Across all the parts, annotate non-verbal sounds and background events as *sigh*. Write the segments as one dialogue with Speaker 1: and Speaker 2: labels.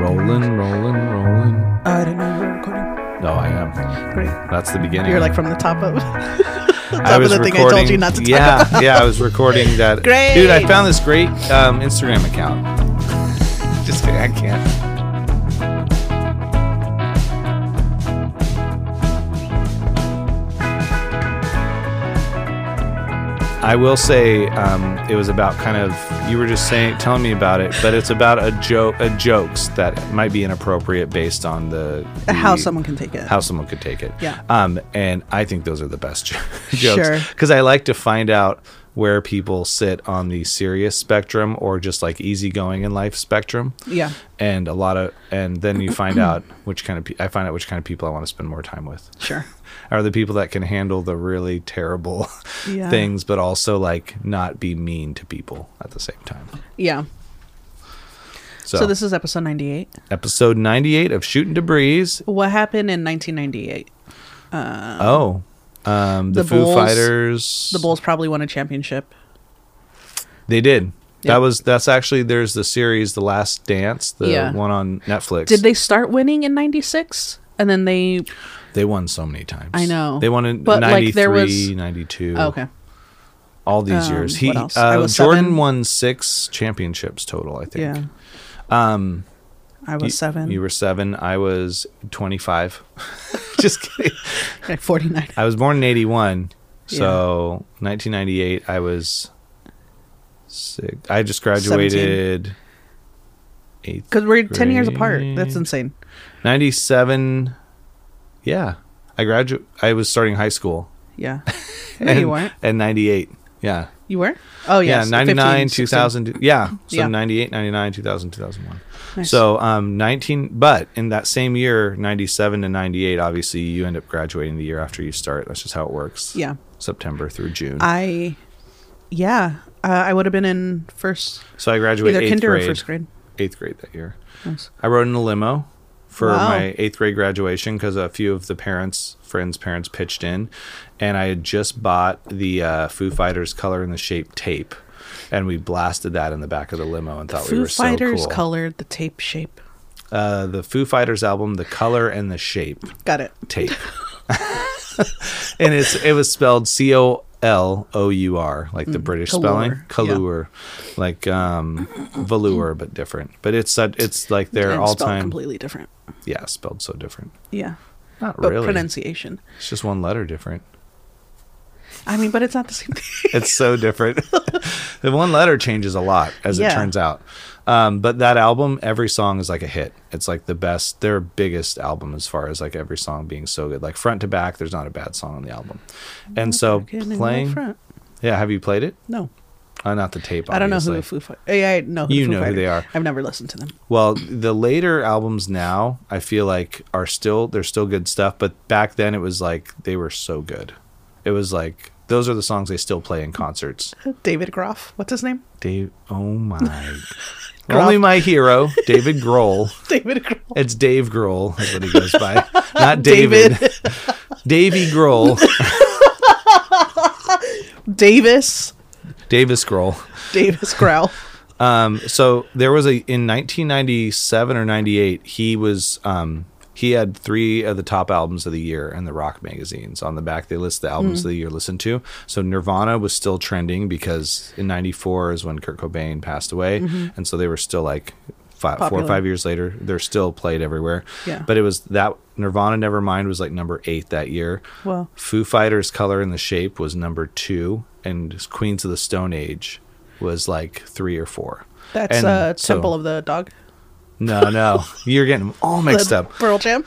Speaker 1: Rolling, rolling, rolling.
Speaker 2: I didn't know you were recording.
Speaker 1: No, I am.
Speaker 2: Great.
Speaker 1: That's the beginning.
Speaker 2: You're like from the top of *laughs* the top
Speaker 1: I was
Speaker 2: of the thing I
Speaker 1: recording.
Speaker 2: told you not to talk
Speaker 1: yeah,
Speaker 2: about.
Speaker 1: yeah. I was
Speaker 2: *laughs*
Speaker 1: recording that.
Speaker 2: Great.
Speaker 1: dude. I found this great um, Instagram account. Just kidding. I can't. I will say um, it was about kind of you were just saying telling me about it, but it's about a joke, a jokes that might be inappropriate based on the, the
Speaker 2: *laughs* How someone can take it.
Speaker 1: how someone could take it.
Speaker 2: Yeah.
Speaker 1: Um, and I think those are the best *laughs* jo-
Speaker 2: Sure.
Speaker 1: jokes because I like to find out where people sit on the serious spectrum or just like easygoing in life spectrum.
Speaker 2: Yeah.
Speaker 1: And a lot of, and then you
Speaker 2: *clears throat*
Speaker 1: find out which kind of pe- I find out which kind of people I want to spend more time with.
Speaker 2: Sure.
Speaker 1: Are the people that can handle the really terrible *laughs*
Speaker 2: Yeah.
Speaker 1: things, but also like not be mean to people at the same time.
Speaker 2: Yeah.
Speaker 1: So,
Speaker 2: So, this is episode 98.
Speaker 1: episode ninety eight of Shooting Debris.
Speaker 2: What happened in 1998?
Speaker 1: oh, um, the,
Speaker 2: Uh-huh. the
Speaker 1: Foo
Speaker 2: Bulls-
Speaker 1: Fighters.
Speaker 2: The Bulls probably won a championship.
Speaker 1: They did.
Speaker 2: Yeah.
Speaker 1: That was that's actually there's the series The Last Dance, the
Speaker 2: Yeah.
Speaker 1: one on Netflix.
Speaker 2: Did they start winning in 96? And then they
Speaker 1: They won so many times.
Speaker 2: I know.
Speaker 1: They won in
Speaker 2: But,
Speaker 1: ninety three,
Speaker 2: like, there was-
Speaker 1: ninety two, 93, 92.
Speaker 2: oh, okay.
Speaker 1: All these
Speaker 2: Um,
Speaker 1: years.
Speaker 2: what
Speaker 1: He uh,
Speaker 2: else? I was
Speaker 1: Jordan
Speaker 2: seven.
Speaker 1: won 6 championships total, I think.
Speaker 2: Yeah. Um I was
Speaker 1: You-
Speaker 2: 7.
Speaker 1: You were 7, I was 25. *laughs* Just kidding.
Speaker 2: *laughs* like 49.
Speaker 1: I was born in 81. So, 1998 I was six. I just graduated 8th
Speaker 2: Cuz we're 10 years apart.
Speaker 1: Great.
Speaker 2: That's insane.
Speaker 1: 97 yeah i gradu. i was starting high school *laughs*
Speaker 2: Yeah. No, you weren't.
Speaker 1: and 98 yeah
Speaker 2: You were? Oh, yes.
Speaker 1: yeah
Speaker 2: 15,
Speaker 1: 99
Speaker 2: 16.
Speaker 1: 2000 yeah so
Speaker 2: Yeah.
Speaker 1: 98 99 2000 2001
Speaker 2: Nice.
Speaker 1: so um 19 but in that same year 97 to 98 obviously you end up graduating the year after you start that's just how it works
Speaker 2: Yeah. Uh,
Speaker 1: september through june
Speaker 2: I, yeah, uh, I would have been in first,
Speaker 1: so i
Speaker 2: either
Speaker 1: graduated eighth
Speaker 2: kinder
Speaker 1: grade,
Speaker 2: or first grade.
Speaker 1: eighth grade that year
Speaker 2: Nice.
Speaker 1: I rode in a limo for
Speaker 2: Wow.
Speaker 1: my eighth grade graduation because a few of the parents, friends' parents pitched in, and I had just bought the uh, Foo Fighters "Color in the Shape" tape, and we blasted that in the back of the limo and thought we
Speaker 2: Foo
Speaker 1: were
Speaker 2: Fighters
Speaker 1: so cool.
Speaker 2: colored the tape shape.
Speaker 1: uh, the Foo Fighters album, "The Color and the Shape"
Speaker 2: Got it. *laughs*
Speaker 1: tape, *laughs* and it's it was spelled C O L O U R, like the British spelling,
Speaker 2: Colour, Mm, yeah.
Speaker 1: Kalur, like um, velour but different. But it's such it's like their
Speaker 2: And
Speaker 1: all
Speaker 2: spelled
Speaker 1: time,
Speaker 2: completely different.
Speaker 1: yeah, spelled so different.
Speaker 2: Yeah,
Speaker 1: Not
Speaker 2: but
Speaker 1: really.
Speaker 2: pronunciation.
Speaker 1: it's just one letter different.
Speaker 2: I mean, but it's not the same
Speaker 1: *laughs*
Speaker 2: thing.
Speaker 1: It's so different. the one letter changes a lot, as it
Speaker 2: Yeah.
Speaker 1: turns out. Um, but that album, every song is like a hit. It's like the best, their biggest album as far as like every song being so good. Like front to back, there's not a bad song on the album. And so
Speaker 2: Again, in the
Speaker 1: playing,
Speaker 2: front.
Speaker 1: yeah. Have you played it?
Speaker 2: No,
Speaker 1: Uh, not the tape.
Speaker 2: I don't know
Speaker 1: obviously.
Speaker 2: who the Foo Fighters. Yeah, I know. Who
Speaker 1: You
Speaker 2: the Foo
Speaker 1: know who they
Speaker 2: Fighters-
Speaker 1: are.
Speaker 2: I've never listened to them.
Speaker 1: Well, the later albums now, I feel like are still they're still good stuff, but back then it was like they were so good. It was like those are the songs they still play in concerts.
Speaker 2: David Groff. What's his name?
Speaker 1: Dave, oh my. Only my hero, David Grohl.
Speaker 2: *laughs* David Groff.
Speaker 1: It's Dave Grohl, is what he goes by. Not David. Davy Grohl.
Speaker 2: Davis.
Speaker 1: Davis Grohl. *laughs*
Speaker 2: Davis Growl.
Speaker 1: Um, so there was a in 1997 or 98 he was um, he had three of the top albums of the year in the rock magazines on the back they list the albums
Speaker 2: Hmm.
Speaker 1: of the year listened to so nirvana was still trending because in 94 is when kurt cobain passed away and so they were still like five, four or
Speaker 2: Mm-hmm. Popular.
Speaker 1: five years later they're still played everywhere
Speaker 2: Yeah.
Speaker 1: but it was that nirvana nevermind was like number eight that year
Speaker 2: Wow.
Speaker 1: Foo Fighters Color and the Shape was number two, and Queens of the Stone Age was like three or four.
Speaker 2: That's
Speaker 1: And
Speaker 2: uh,
Speaker 1: so-
Speaker 2: Temple of the Dog.
Speaker 1: No,
Speaker 2: *laughs*
Speaker 1: no. You're getting them all *laughs*
Speaker 2: The
Speaker 1: mixed up.
Speaker 2: Pearl Jam.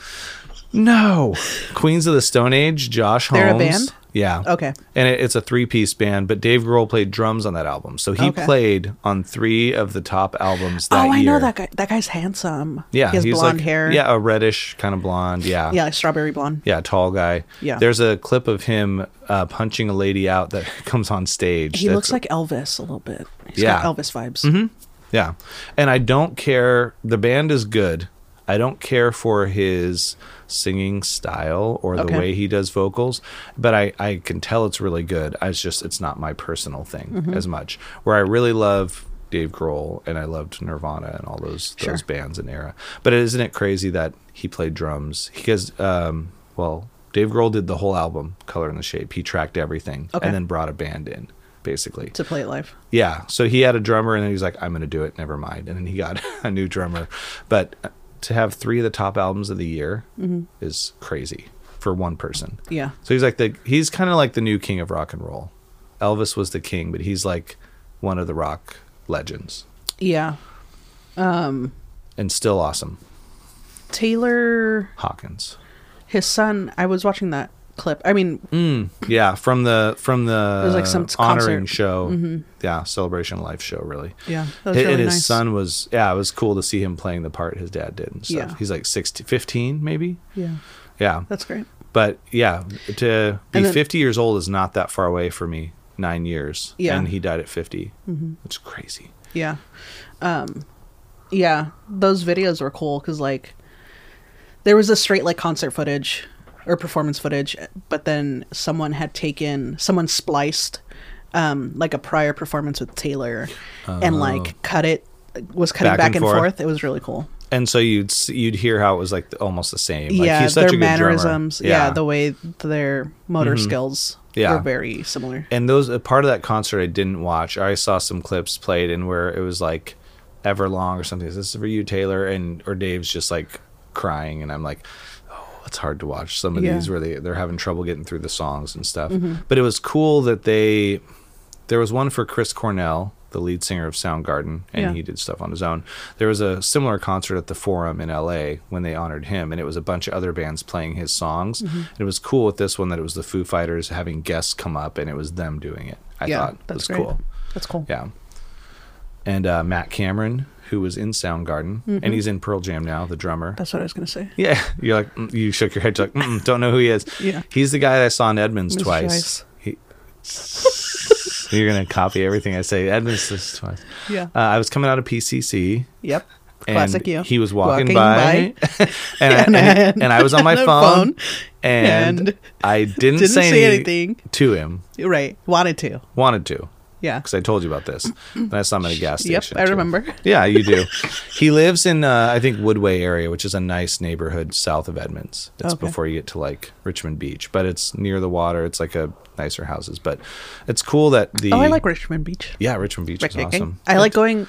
Speaker 1: No. Queens of the Stone Age, Josh
Speaker 2: They're a
Speaker 1: Holmes.
Speaker 2: band?
Speaker 1: Yeah.
Speaker 2: Okay.
Speaker 1: And it, it's a three piece band, but Dave Grohl played drums on that album. So he
Speaker 2: Okay.
Speaker 1: played on three of the top albums that
Speaker 2: Oh, I know
Speaker 1: year.
Speaker 2: that guy. That guy's handsome.
Speaker 1: Yeah.
Speaker 2: he has
Speaker 1: he's
Speaker 2: blonde
Speaker 1: like-
Speaker 2: hair.
Speaker 1: Yeah, a reddish kind of blonde. Yeah.
Speaker 2: yeah, like strawberry blonde.
Speaker 1: Yeah, tall guy.
Speaker 2: Yeah.
Speaker 1: There's a clip of him uh, punching a lady out that *laughs* comes on stage.
Speaker 2: He
Speaker 1: That's-
Speaker 2: looks like Elvis a little bit. He's
Speaker 1: Yeah. Mm-hmm.
Speaker 2: got Elvis vibes.
Speaker 1: Yeah. And I don't care. The band is good. I don't care for his singing style or the
Speaker 2: Okay.
Speaker 1: way he does vocals, but I,
Speaker 2: Mm-hmm.
Speaker 1: I can tell it's really good. I, it's just, it's not my personal thing as much. Where I really love Dave Grohl and I loved Nirvana and all those
Speaker 2: Sure.
Speaker 1: those bands and era. But isn't it crazy that he played drums? Because um, well, Dave Grohl did the whole album, Color and the Shape. He tracked everything
Speaker 2: Okay.
Speaker 1: and then brought a band in, basically.
Speaker 2: to play it live.
Speaker 1: Yeah. So he had a drummer, and then he's like, "I'm going to do it. Never mind." And then he got *laughs* a new drummer. But uh, to have three of the top albums of the year
Speaker 2: Mm-hmm.
Speaker 1: is crazy for one person.
Speaker 2: Yeah.
Speaker 1: So he's like the he's kind of like the new king of rock and roll. Elvis was the king, but he's like one of the rock legends
Speaker 2: Yeah.
Speaker 1: and still awesome.
Speaker 2: Taylor,
Speaker 1: Hawkins.
Speaker 2: his son, I was watching that clip. I mean,
Speaker 1: Yeah, from the from the
Speaker 2: It was like some
Speaker 1: honoring
Speaker 2: concert. Mm-hmm.
Speaker 1: show. Yeah, celebration life show really.
Speaker 2: yeah. That
Speaker 1: And
Speaker 2: was really
Speaker 1: and his
Speaker 2: nice.
Speaker 1: son was yeah, it was cool to see him playing the part his dad did and stuff.
Speaker 2: Yeah.
Speaker 1: He's like 16, 15 maybe.
Speaker 2: Yeah.
Speaker 1: Yeah.
Speaker 2: That's great.
Speaker 1: But yeah, to be
Speaker 2: And then-
Speaker 1: 50 years old is not that far away for me. 9 years.
Speaker 2: Yeah. Mm-hmm.
Speaker 1: And he died at 50. It's crazy.
Speaker 2: Yeah. Um, yeah. Those videos were cool because, like, there was a straight, like, concert footage or performance footage, but then someone had taken, someone spliced, um, like, a prior performance with Taylor and, like, cut it, was cutting Oh. back, and, forth. It was really cool.
Speaker 1: And so you'd s- you'd hear how it was like the- almost the same. Like
Speaker 2: yeah.
Speaker 1: he's such
Speaker 2: Their
Speaker 1: a good drummer. Mm-hmm.
Speaker 2: mannerisms. Yeah. The way their motor skills
Speaker 1: Yeah.
Speaker 2: were very similar.
Speaker 1: and those a part of that concert I didn't watch. I saw some clips played and where it was like Everlong or something. Is this for you, Taylor? And or Dave's just like crying, and I'm like, oh, it's hard to watch some of
Speaker 2: Yeah.
Speaker 1: these where they they're having trouble getting through the songs and stuff. But it was cool that they there was one for Chris Cornell, the lead singer of Soundgarden, and
Speaker 2: Yeah.
Speaker 1: he did stuff on his own. There was a similar concert at the Forum in LA when they honored him, and it was a bunch of other bands playing his songs.
Speaker 2: Mm-hmm.
Speaker 1: And it was cool with this one that it was the Foo Fighters having guests come up, and it was them doing it. I
Speaker 2: yeah.
Speaker 1: thought
Speaker 2: that's
Speaker 1: it was
Speaker 2: great.
Speaker 1: cool.
Speaker 2: That's cool.
Speaker 1: Yeah. And uh, Matt Cameron, who was in Soundgarden,
Speaker 2: Mm-hmm.
Speaker 1: and he's in Pearl Jam now, the drummer.
Speaker 2: That's what I was going to say.
Speaker 1: Yeah, *laughs* you're like mm, you shook your head. You're like mm, don't know who he is.
Speaker 2: Yeah.
Speaker 1: he's the guy that I saw in Edmonds
Speaker 2: Mr.
Speaker 1: twice.
Speaker 2: Ice.
Speaker 1: He, *laughs* you're gonna copy everything I say. Edmonds is twice.
Speaker 2: Yeah.
Speaker 1: Uh, I was coming out of PCC.
Speaker 2: Yep.
Speaker 1: And
Speaker 2: Classic you.
Speaker 1: He was walking,
Speaker 2: Walking
Speaker 1: by, *laughs* and, I,
Speaker 2: *laughs*
Speaker 1: and,
Speaker 2: And I-
Speaker 1: and I was on my
Speaker 2: the
Speaker 1: phone,
Speaker 2: phone,
Speaker 1: and,
Speaker 2: and
Speaker 1: I didn't,
Speaker 2: didn't
Speaker 1: say,
Speaker 2: say
Speaker 1: any-
Speaker 2: anything.
Speaker 1: to him.
Speaker 2: Right. Wanted to.
Speaker 1: Wanted to
Speaker 2: Yeah.
Speaker 1: because I told you about
Speaker 2: *clears throat*
Speaker 1: this. Then I saw him at a gas
Speaker 2: Yep,
Speaker 1: station.
Speaker 2: I
Speaker 1: too.
Speaker 2: remember.
Speaker 1: Yeah, you do. he lives in uh, I think Woodway area, which is a nice neighborhood south of Edmonds. It's
Speaker 2: Okay.
Speaker 1: before you get to like Richmond Beach, but it's near the water. It's like a nicer houses, but it's cool that the
Speaker 2: Oh, I like Richmond Beach.
Speaker 1: yeah Richmond Beach is
Speaker 2: Rick- Rick-
Speaker 1: awesome.
Speaker 2: I like going.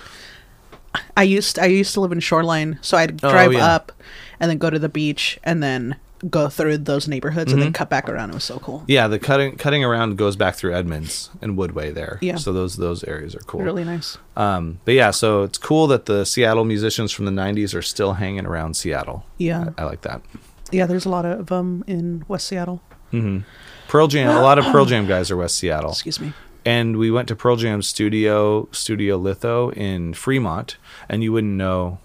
Speaker 2: I used I used to live in Shoreline, so I'd
Speaker 1: Oh,
Speaker 2: drive
Speaker 1: yeah.
Speaker 2: up, and then go to the beach, and then go through those neighborhoods, and then
Speaker 1: Mm-hmm.
Speaker 2: cut back around. It was so cool.
Speaker 1: Yeah, the cutting cutting around goes back through Edmonds and Woodway there.
Speaker 2: Yeah.
Speaker 1: So those those areas are cool.
Speaker 2: Really nice.
Speaker 1: Um, but yeah, so it's cool that the Seattle musicians from the '90s are still hanging around Seattle.
Speaker 2: Yeah.
Speaker 1: I, I like that.
Speaker 2: Yeah, there's a lot of them in West Seattle.
Speaker 1: Pearl Jam. A lot of Pearl Jam guys are West Seattle.
Speaker 2: Excuse me.
Speaker 1: and we went to Pearl Jam's studio, Studio Litho in Fremont, and you wouldn't know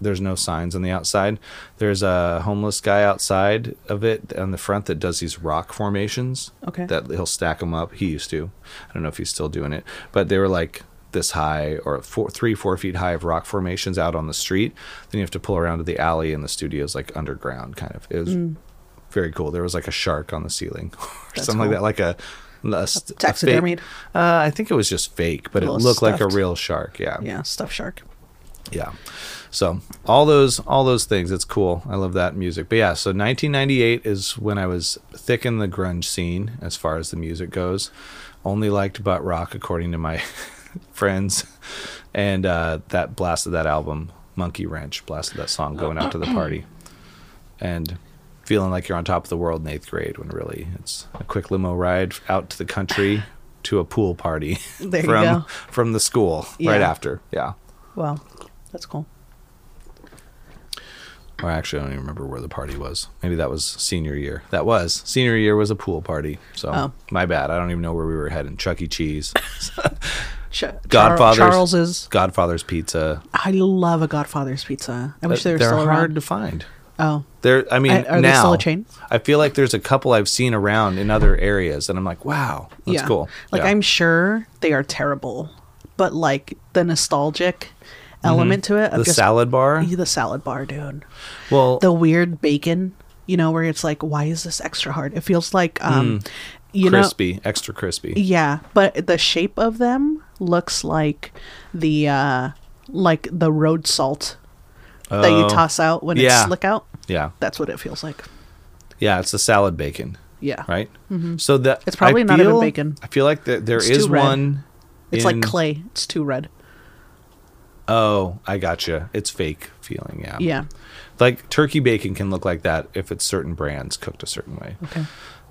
Speaker 1: there's no signs on the outside. There's a homeless guy outside of it on the front that does these rock formations.
Speaker 2: Okay.
Speaker 1: That he'll stack them up. He used to. I don't know if he's still doing it, but they were like this high or four, three, four feet high of rock formations out on the street. Then you have to pull around to the alley, and the studio's like underground, kind of. It was very cool. There was like a shark on the ceiling *laughs* or
Speaker 2: Mm. That's
Speaker 1: something like
Speaker 2: cool.
Speaker 1: that, like a. a st- a fake-
Speaker 2: Taxidermied.
Speaker 1: uh, I think it was just fake, but it
Speaker 2: Little
Speaker 1: looked like a
Speaker 2: stuffed.
Speaker 1: real shark. Yeah.
Speaker 2: Yeah, stuffed shark.
Speaker 1: Yeah. So all those all those things, it's cool. I love that music. But yeah, so 1998 is when I was thick in the grunge scene as far as the music goes. Only liked butt rock according to my *laughs* friends, and uh, that blasted that album Monkey Wrench. Blasted that song going out to the party, and feeling like you're on top of the world in eighth grade when really it's a quick limo ride out to the country to a pool party
Speaker 2: There
Speaker 1: *laughs*
Speaker 2: you
Speaker 1: from
Speaker 2: go.
Speaker 1: from the school right
Speaker 2: Yeah.
Speaker 1: after. Yeah.
Speaker 2: Wow, that's cool.
Speaker 1: Or actually, I don't even remember where the party was. Maybe that was senior year. That was senior year was a pool party. So
Speaker 2: Oh.
Speaker 1: my bad. I don't even know where we were heading. Chuck E. Cheese,
Speaker 2: Ch- Char-
Speaker 1: Godfather's,
Speaker 2: Charles's.
Speaker 1: Godfather's Pizza.
Speaker 2: I love a Godfather's pizza. I wish they were
Speaker 1: They're
Speaker 2: still
Speaker 1: hard
Speaker 2: around.
Speaker 1: to find.
Speaker 2: Oh,
Speaker 1: There, I mean,
Speaker 2: I- are
Speaker 1: now
Speaker 2: they still a chain?
Speaker 1: I feel like there's a couple I've seen around in other areas, and I'm like, wow, that's cool.
Speaker 2: Like
Speaker 1: Yeah.
Speaker 2: I'm sure they are terrible, but like the nostalgic element to it of
Speaker 1: Mm-hmm. the
Speaker 2: just
Speaker 1: salad bar.
Speaker 2: the salad bar, dude.
Speaker 1: Well,
Speaker 2: The weird bacon, you know, where it's like, why is this extra hard? It feels like,
Speaker 1: Mm.
Speaker 2: um, you know,
Speaker 1: crispy, extra crispy.
Speaker 2: yeah. But the shape of them looks like the uh like the road salt that you
Speaker 1: Oh.
Speaker 2: toss out when
Speaker 1: Yeah.
Speaker 2: it's slick out.
Speaker 1: Yeah.
Speaker 2: That's what it feels like.
Speaker 1: Yeah. It's the salad bacon,
Speaker 2: Yeah.
Speaker 1: right? So that
Speaker 2: Mm-hmm. It's probably
Speaker 1: I
Speaker 2: not even
Speaker 1: feel-
Speaker 2: bacon.
Speaker 1: I feel like there, there
Speaker 2: It's
Speaker 1: is
Speaker 2: too red.
Speaker 1: one.
Speaker 2: It's
Speaker 1: in-
Speaker 2: like clay. It's too red.
Speaker 1: Oh, I gotcha. It's fake feeling. Yeah.
Speaker 2: Yeah.
Speaker 1: Like turkey bacon can look like that if it's certain brands cooked a certain way.
Speaker 2: Okay.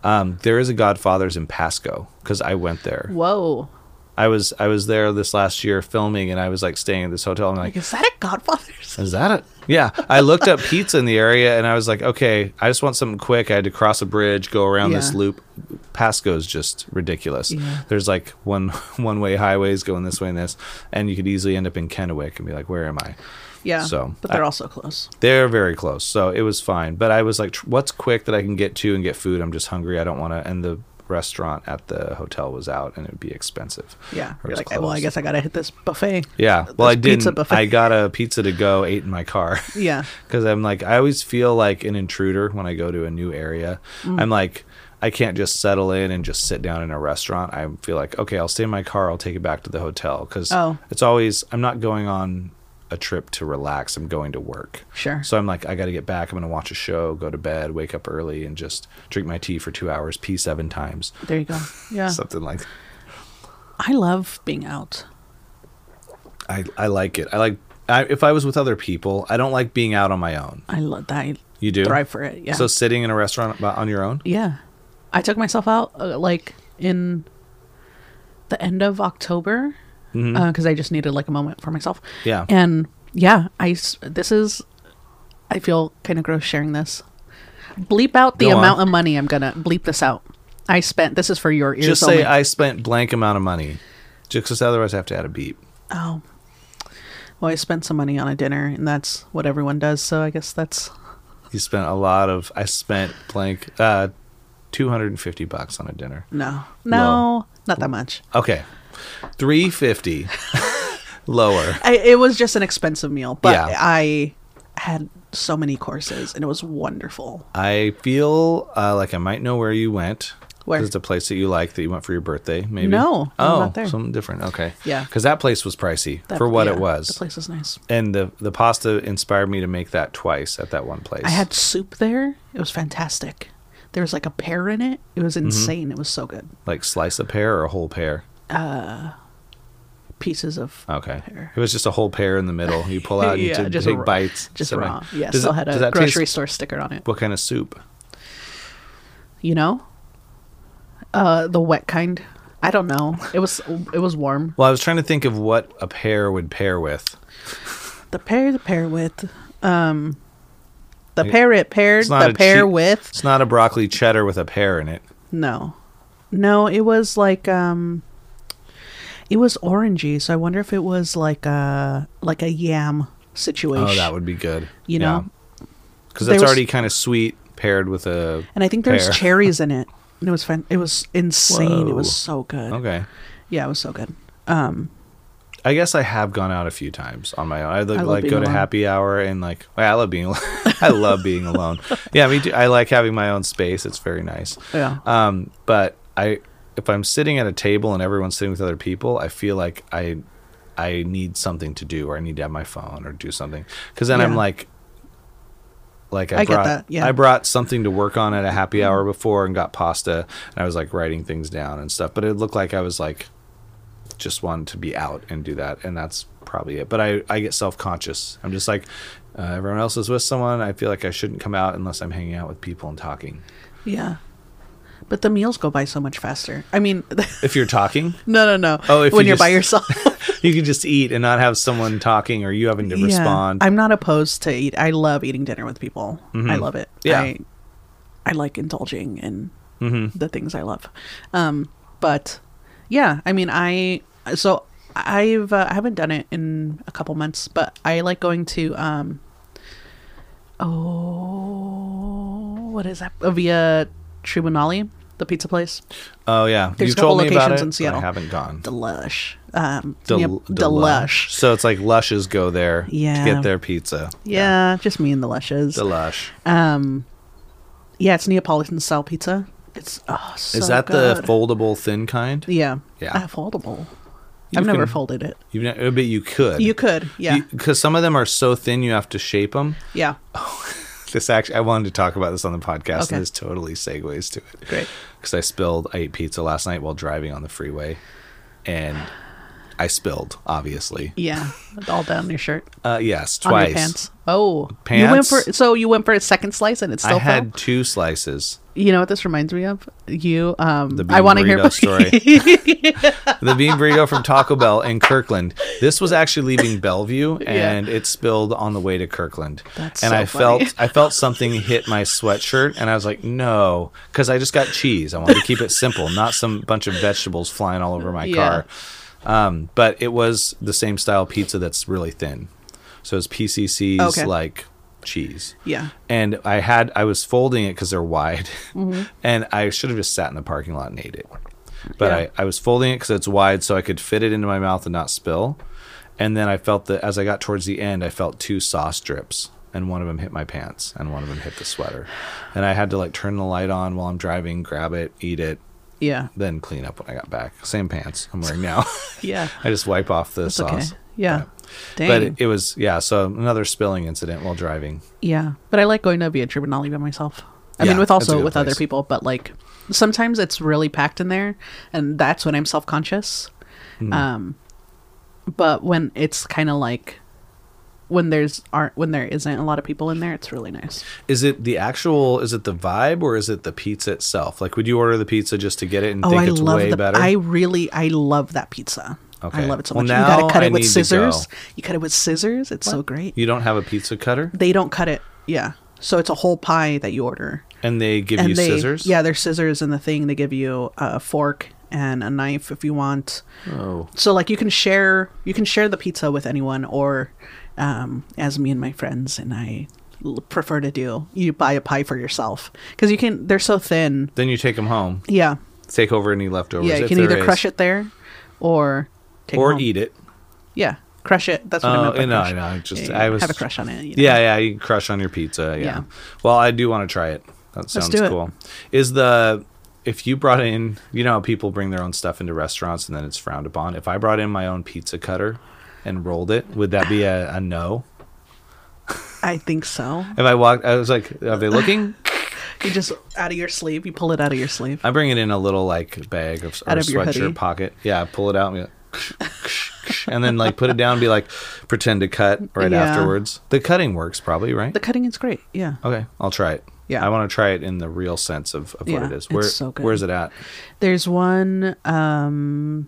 Speaker 1: Um, there is a Godfather's in Pasco because I went there.
Speaker 2: Whoa.
Speaker 1: I was I was there this last year filming, and I was like staying at this hotel. and I'm like,
Speaker 2: Like, is that a
Speaker 1: *laughs*
Speaker 2: Godfather's?
Speaker 1: Is that it? Yeah. I looked up pizza in the area and I was like, okay, I just want something quick. I had to cross a bridge, go around this
Speaker 2: Yeah.
Speaker 1: loop. Pasco's just ridiculous.
Speaker 2: Yeah.
Speaker 1: There's like one *laughs* one way highways going this way and this, and you could easily end up in Kennewick and be like, where am I?
Speaker 2: Yeah.
Speaker 1: So,
Speaker 2: but they're
Speaker 1: I-
Speaker 2: also close.
Speaker 1: They're very close, so it was fine. But I was like, tr- what's quick that I can get to and get food? I'm just hungry. I don't want to. And the restaurant at the hotel was out, and it would be expensive.
Speaker 2: Yeah.
Speaker 1: Or
Speaker 2: You're
Speaker 1: it's
Speaker 2: like, well, I
Speaker 1: closed.
Speaker 2: guess I gotta hit this buffet.
Speaker 1: Yeah. Well, I
Speaker 2: This pizza
Speaker 1: didn't.
Speaker 2: buffet.
Speaker 1: I got a pizza to go, ate in my car. *laughs*
Speaker 2: Yeah.
Speaker 1: because I'm like I always feel like an intruder when I go to a new area.
Speaker 2: Mm.
Speaker 1: I'm like I can't just settle in and just sit down in a restaurant. I feel like okay, I'll stay in my car. I'll take it back to the hotel because
Speaker 2: Oh.
Speaker 1: it's always I'm not going on a trip to relax. I'm going to work.
Speaker 2: Sure.
Speaker 1: So I'm like I got to get back. I'm going to watch a show, go to bed, wake up early, and just drink my tea for two hours, pee seven times,
Speaker 2: There you go. Yeah.
Speaker 1: something like.
Speaker 2: I love being out.
Speaker 1: I I like it. I like. I, if I was with other people, I don't like being out on my own.
Speaker 2: I love that. I
Speaker 1: You do
Speaker 2: thrive for it. Yeah.
Speaker 1: So sitting in a restaurant by- on your own.
Speaker 2: yeah. I took myself out uh, like in the end of October because I just needed like a moment for myself.
Speaker 1: Mm-hmm. Yeah.
Speaker 2: And yeah, I s- this is I feel kind of gross sharing this. Bleep out the
Speaker 1: Go on.
Speaker 2: amount of money I'm gonna bleep this out. I spent this is for your ears
Speaker 1: just
Speaker 2: only.
Speaker 1: say I spent blank amount of money. Just 'cause otherwise I have to add a beep.
Speaker 2: oh. Well, I spent some money on a dinner, and that's what everyone does. So I guess that's
Speaker 1: You spent a lot of. I spent blank uh, two hundred and fifty bucks on a dinner.
Speaker 2: no, no, not that much.
Speaker 1: Okay, three fifty *laughs* lower.
Speaker 2: I, it was just an expensive meal, but
Speaker 1: Yeah.
Speaker 2: I had so many courses, and it was wonderful.
Speaker 1: I feel uh, like I might know where you went.
Speaker 2: Where?
Speaker 1: 'Cause It's a place that you like that you went for your birthday, maybe.
Speaker 2: No, I'm
Speaker 1: oh,
Speaker 2: not there.
Speaker 1: something different. Okay,
Speaker 2: Yeah.
Speaker 1: Because that place was pricey
Speaker 2: That-
Speaker 1: for what
Speaker 2: yeah,
Speaker 1: it was,
Speaker 2: the place was nice.
Speaker 1: and the the pasta inspired me to make that twice at that one place.
Speaker 2: I had soup there. It was fantastic. There was like a pear in it. It was
Speaker 1: Mm-hmm.
Speaker 2: insane. It was so good.
Speaker 1: like slice a pear or a whole pear.
Speaker 2: Pieces of
Speaker 1: Okay.
Speaker 2: pear.
Speaker 1: It was just a whole pear in the middle. You pull out and
Speaker 2: *laughs* Yeah,
Speaker 1: you
Speaker 2: just
Speaker 1: take
Speaker 2: raw-
Speaker 1: bites.
Speaker 2: just
Speaker 1: So,
Speaker 2: raw. Yeah,
Speaker 1: does
Speaker 2: still
Speaker 1: it-
Speaker 2: had
Speaker 1: does
Speaker 2: a
Speaker 1: that
Speaker 2: grocery
Speaker 1: taste-
Speaker 2: store sticker on it.
Speaker 1: What kind of soup?
Speaker 2: You know, uh, the wet kind. I don't know. It was it was warm.
Speaker 1: Well, I was trying to think of what a pear would pair with.
Speaker 2: The pear, the pear with, um, the
Speaker 1: Like,
Speaker 2: pear it paired,
Speaker 1: It's not
Speaker 2: the
Speaker 1: a
Speaker 2: pear
Speaker 1: cheap-
Speaker 2: with.
Speaker 1: It's not a broccoli cheddar with a pear in it.
Speaker 2: No. No, it was like um it was orangey, so I wonder if it was like a like a yam situation.
Speaker 1: Oh, that would be good.
Speaker 2: You know?
Speaker 1: Because
Speaker 2: There
Speaker 1: that's
Speaker 2: was-
Speaker 1: already kind of sweet paired with a.
Speaker 2: and I think there was
Speaker 1: pear.
Speaker 2: cherries in it. And it was fun. It was insane. It
Speaker 1: Whoa.
Speaker 2: was so good.
Speaker 1: Okay.
Speaker 2: Yeah, it was so good.
Speaker 1: I guess I have gone out a few times on my own. I like,
Speaker 2: love
Speaker 1: like
Speaker 2: being
Speaker 1: go to
Speaker 2: alone.
Speaker 1: happy hour and like I love being *laughs* alone. I love being alone. Yeah, me too. I like having my own space. It's very nice.
Speaker 2: Yeah.
Speaker 1: Um, but I, if I'm sitting at a table and everyone's sitting with other people, I feel like I, I need something to do, or I need to have my phone or do something, because then I'm
Speaker 2: Yeah.
Speaker 1: like, like I,
Speaker 2: I get
Speaker 1: brought,
Speaker 2: that, yeah.
Speaker 1: I brought something to work on at a happy hour before and got pasta, and I was like writing things down and stuff, but it looked like I was like, just wanted to be out and do that, and that's probably it. But I, I get self conscious. I'm just like. Uh, everyone else is with someone. I feel like I shouldn't come out unless I'm hanging out with people and talking.
Speaker 2: Yeah. But the meals go by so much faster. I mean, *laughs*
Speaker 1: If you're talking,
Speaker 2: no, no, no.
Speaker 1: Oh, if
Speaker 2: when
Speaker 1: you
Speaker 2: are by
Speaker 1: just- *laughs*
Speaker 2: yourself. *laughs*
Speaker 1: you can just eat and not have someone talking or you having to respond.
Speaker 2: I'm not opposed to eat. I love eating dinner with people. I love it.
Speaker 1: Yeah.
Speaker 2: I, I like indulging in the things I love. Um, but yeah, I mean, I so I've uh, I haven't done it in a couple months, but I like going to um. Oh, what is that? Uh, Via Tribunale, the pizza place.
Speaker 1: oh yeah,
Speaker 2: There's
Speaker 1: you've
Speaker 2: a couple
Speaker 1: told me about
Speaker 2: locations
Speaker 1: it.
Speaker 2: in
Speaker 1: but
Speaker 2: Seattle.
Speaker 1: I haven't gone.
Speaker 2: The Lush. Um,
Speaker 1: Del-
Speaker 2: yep, the Lush.
Speaker 1: So it's like Lush's go there
Speaker 2: Yeah.
Speaker 1: to get their pizza.
Speaker 2: Yeah, just me and the Lushes.
Speaker 1: The Lush.
Speaker 2: Um, yeah, it's Neapolitan style pizza. It's oh, so
Speaker 1: Is that
Speaker 2: good.
Speaker 1: the foldable thin kind?
Speaker 2: yeah Uh,
Speaker 1: Yeah.
Speaker 2: foldable? I've
Speaker 1: You
Speaker 2: never
Speaker 1: can-
Speaker 2: folded it.
Speaker 1: You've ne- but you could.
Speaker 2: You could, yeah,
Speaker 1: Because some of them are so thin, you have to shape them.
Speaker 2: yeah.
Speaker 1: This actually, I wanted to talk about this on the podcast,
Speaker 2: Okay.
Speaker 1: and this totally segues to it.
Speaker 2: Great.
Speaker 1: Because I spilled. I ate pizza last night while driving on the freeway, and I spilled. Obviously,
Speaker 2: Yeah, all down your shirt,
Speaker 1: uh, yes,
Speaker 2: on
Speaker 1: twice.
Speaker 2: your pants. Oh, You went
Speaker 1: Pants?
Speaker 2: for so you went for a second slice and it
Speaker 1: I
Speaker 2: still fell.
Speaker 1: had two slices.
Speaker 2: You know what this reminds me of? You, um,
Speaker 1: The
Speaker 2: I
Speaker 1: bean
Speaker 2: want to hear
Speaker 1: burrito The bean burrito from Taco Bell in Kirkland. This was actually leaving
Speaker 2: *laughs*
Speaker 1: Bellevue, and it spilled on the way to Kirkland.
Speaker 2: That's
Speaker 1: and
Speaker 2: so
Speaker 1: I
Speaker 2: funny.
Speaker 1: felt I felt something hit my sweatshirt, and I was like, no, because I just got cheese. I wanted to keep it simple, not some bunch of vegetables flying all over my
Speaker 2: Yeah.
Speaker 1: car. Um, but it was the same style pizza that's really thin, so it's PCC's
Speaker 2: Okay.
Speaker 1: like cheese.
Speaker 2: *laughs* yeah,
Speaker 1: And I had I was folding it because they're wide, *laughs*
Speaker 2: Mm-hmm.
Speaker 1: and I should have just sat in the parking lot and ate it. But
Speaker 2: Yeah.
Speaker 1: I, I was folding it because it's wide, so I could fit it into my mouth and not spill. And then I felt that as I got towards the end, I felt two sauce drips, and one of them hit my pants, and one of them hit the sweater. And I had to like turn the light on while I'm driving, grab it, eat it,
Speaker 2: yeah,
Speaker 1: then clean up when I got back. Same pants I'm wearing now. *laughs*
Speaker 2: yeah.
Speaker 1: I just wipe off the
Speaker 2: It's okay.
Speaker 1: sauce.
Speaker 2: Yeah. Dang.
Speaker 1: But it, it was yeah. So another spilling incident while driving.
Speaker 2: Yeah, but I like going to Via Tribunale by myself. I
Speaker 1: Yeah,
Speaker 2: mean, with
Speaker 1: that's a
Speaker 2: also
Speaker 1: good
Speaker 2: with other
Speaker 1: place.
Speaker 2: people, but like sometimes it's really packed in there, and that's when I'm self conscious.
Speaker 1: Hmm.
Speaker 2: Um, but when it's kind of like when there's aren't when there isn't a lot of people in there, it's really nice.
Speaker 1: Is it the actual? Is it the vibe or is it the pizza itself? Like, would you order the pizza just to get it and
Speaker 2: Oh,
Speaker 1: think
Speaker 2: I
Speaker 1: it's
Speaker 2: love
Speaker 1: way
Speaker 2: the.
Speaker 1: better?
Speaker 2: I really I love that pizza. I
Speaker 1: Okay.
Speaker 2: love it so
Speaker 1: Well,
Speaker 2: much. You gotta
Speaker 1: now
Speaker 2: cut
Speaker 1: I
Speaker 2: it with
Speaker 1: need to
Speaker 2: scissors.
Speaker 1: go.
Speaker 2: You cut it with scissors. It's so great.
Speaker 1: you don't have a pizza cutter,
Speaker 2: They don't cut it. Yeah, so it's a whole pie that you order.
Speaker 1: and they give you
Speaker 2: they,
Speaker 1: scissors.
Speaker 2: Yeah, there's scissors and the thing. They give you a fork and a knife if you want.
Speaker 1: Oh.
Speaker 2: So like you can share you can share the pizza with anyone, or um, as me and my friends and I l- prefer to do, you buy a pie for yourself because you can. They're so thin.
Speaker 1: Then you take them home,
Speaker 2: Yeah,
Speaker 1: take over any leftovers.
Speaker 2: yeah. You
Speaker 1: if
Speaker 2: can
Speaker 1: there
Speaker 2: either
Speaker 1: is,
Speaker 2: crush it there, or take
Speaker 1: or
Speaker 2: it home.
Speaker 1: eat it.
Speaker 2: Yeah, crush it. That's what
Speaker 1: Oh,
Speaker 2: I meant. by
Speaker 1: no,
Speaker 2: crush.
Speaker 1: I know, I just-
Speaker 2: Yeah,
Speaker 1: I
Speaker 2: yeah,
Speaker 1: was-
Speaker 2: have a crush on it. you know.
Speaker 1: Yeah, yeah. You can crush on your pizza. Yeah.
Speaker 2: Yeah.
Speaker 1: Well, I do want to try it. That sounds
Speaker 2: do it.
Speaker 1: cool. Is the if you brought in, you know, how people bring their own stuff into restaurants and then it's frowned upon. If I brought in my own pizza cutter and rolled it, would that be a, a no?
Speaker 2: I think so.
Speaker 1: If I walked, I was like, are they looking?
Speaker 2: You just out of your sleeve. You pull it out of your sleeve.
Speaker 1: I bring it in a little like bag of or
Speaker 2: Out of your hoodie.
Speaker 1: sweatshirt pocket. Yeah, I pull it out and, be like, and then like *laughs* put it down and be like pretend to cut right
Speaker 2: Yeah.
Speaker 1: afterwards. The cutting works probably, right?
Speaker 2: The cutting is great. Yeah.
Speaker 1: okay, I'll try it.
Speaker 2: Yeah.
Speaker 1: I want to try it in the real sense of, of
Speaker 2: Yeah,
Speaker 1: what it is. Where
Speaker 2: it's so good.
Speaker 1: where's it at?
Speaker 2: There's one. Um,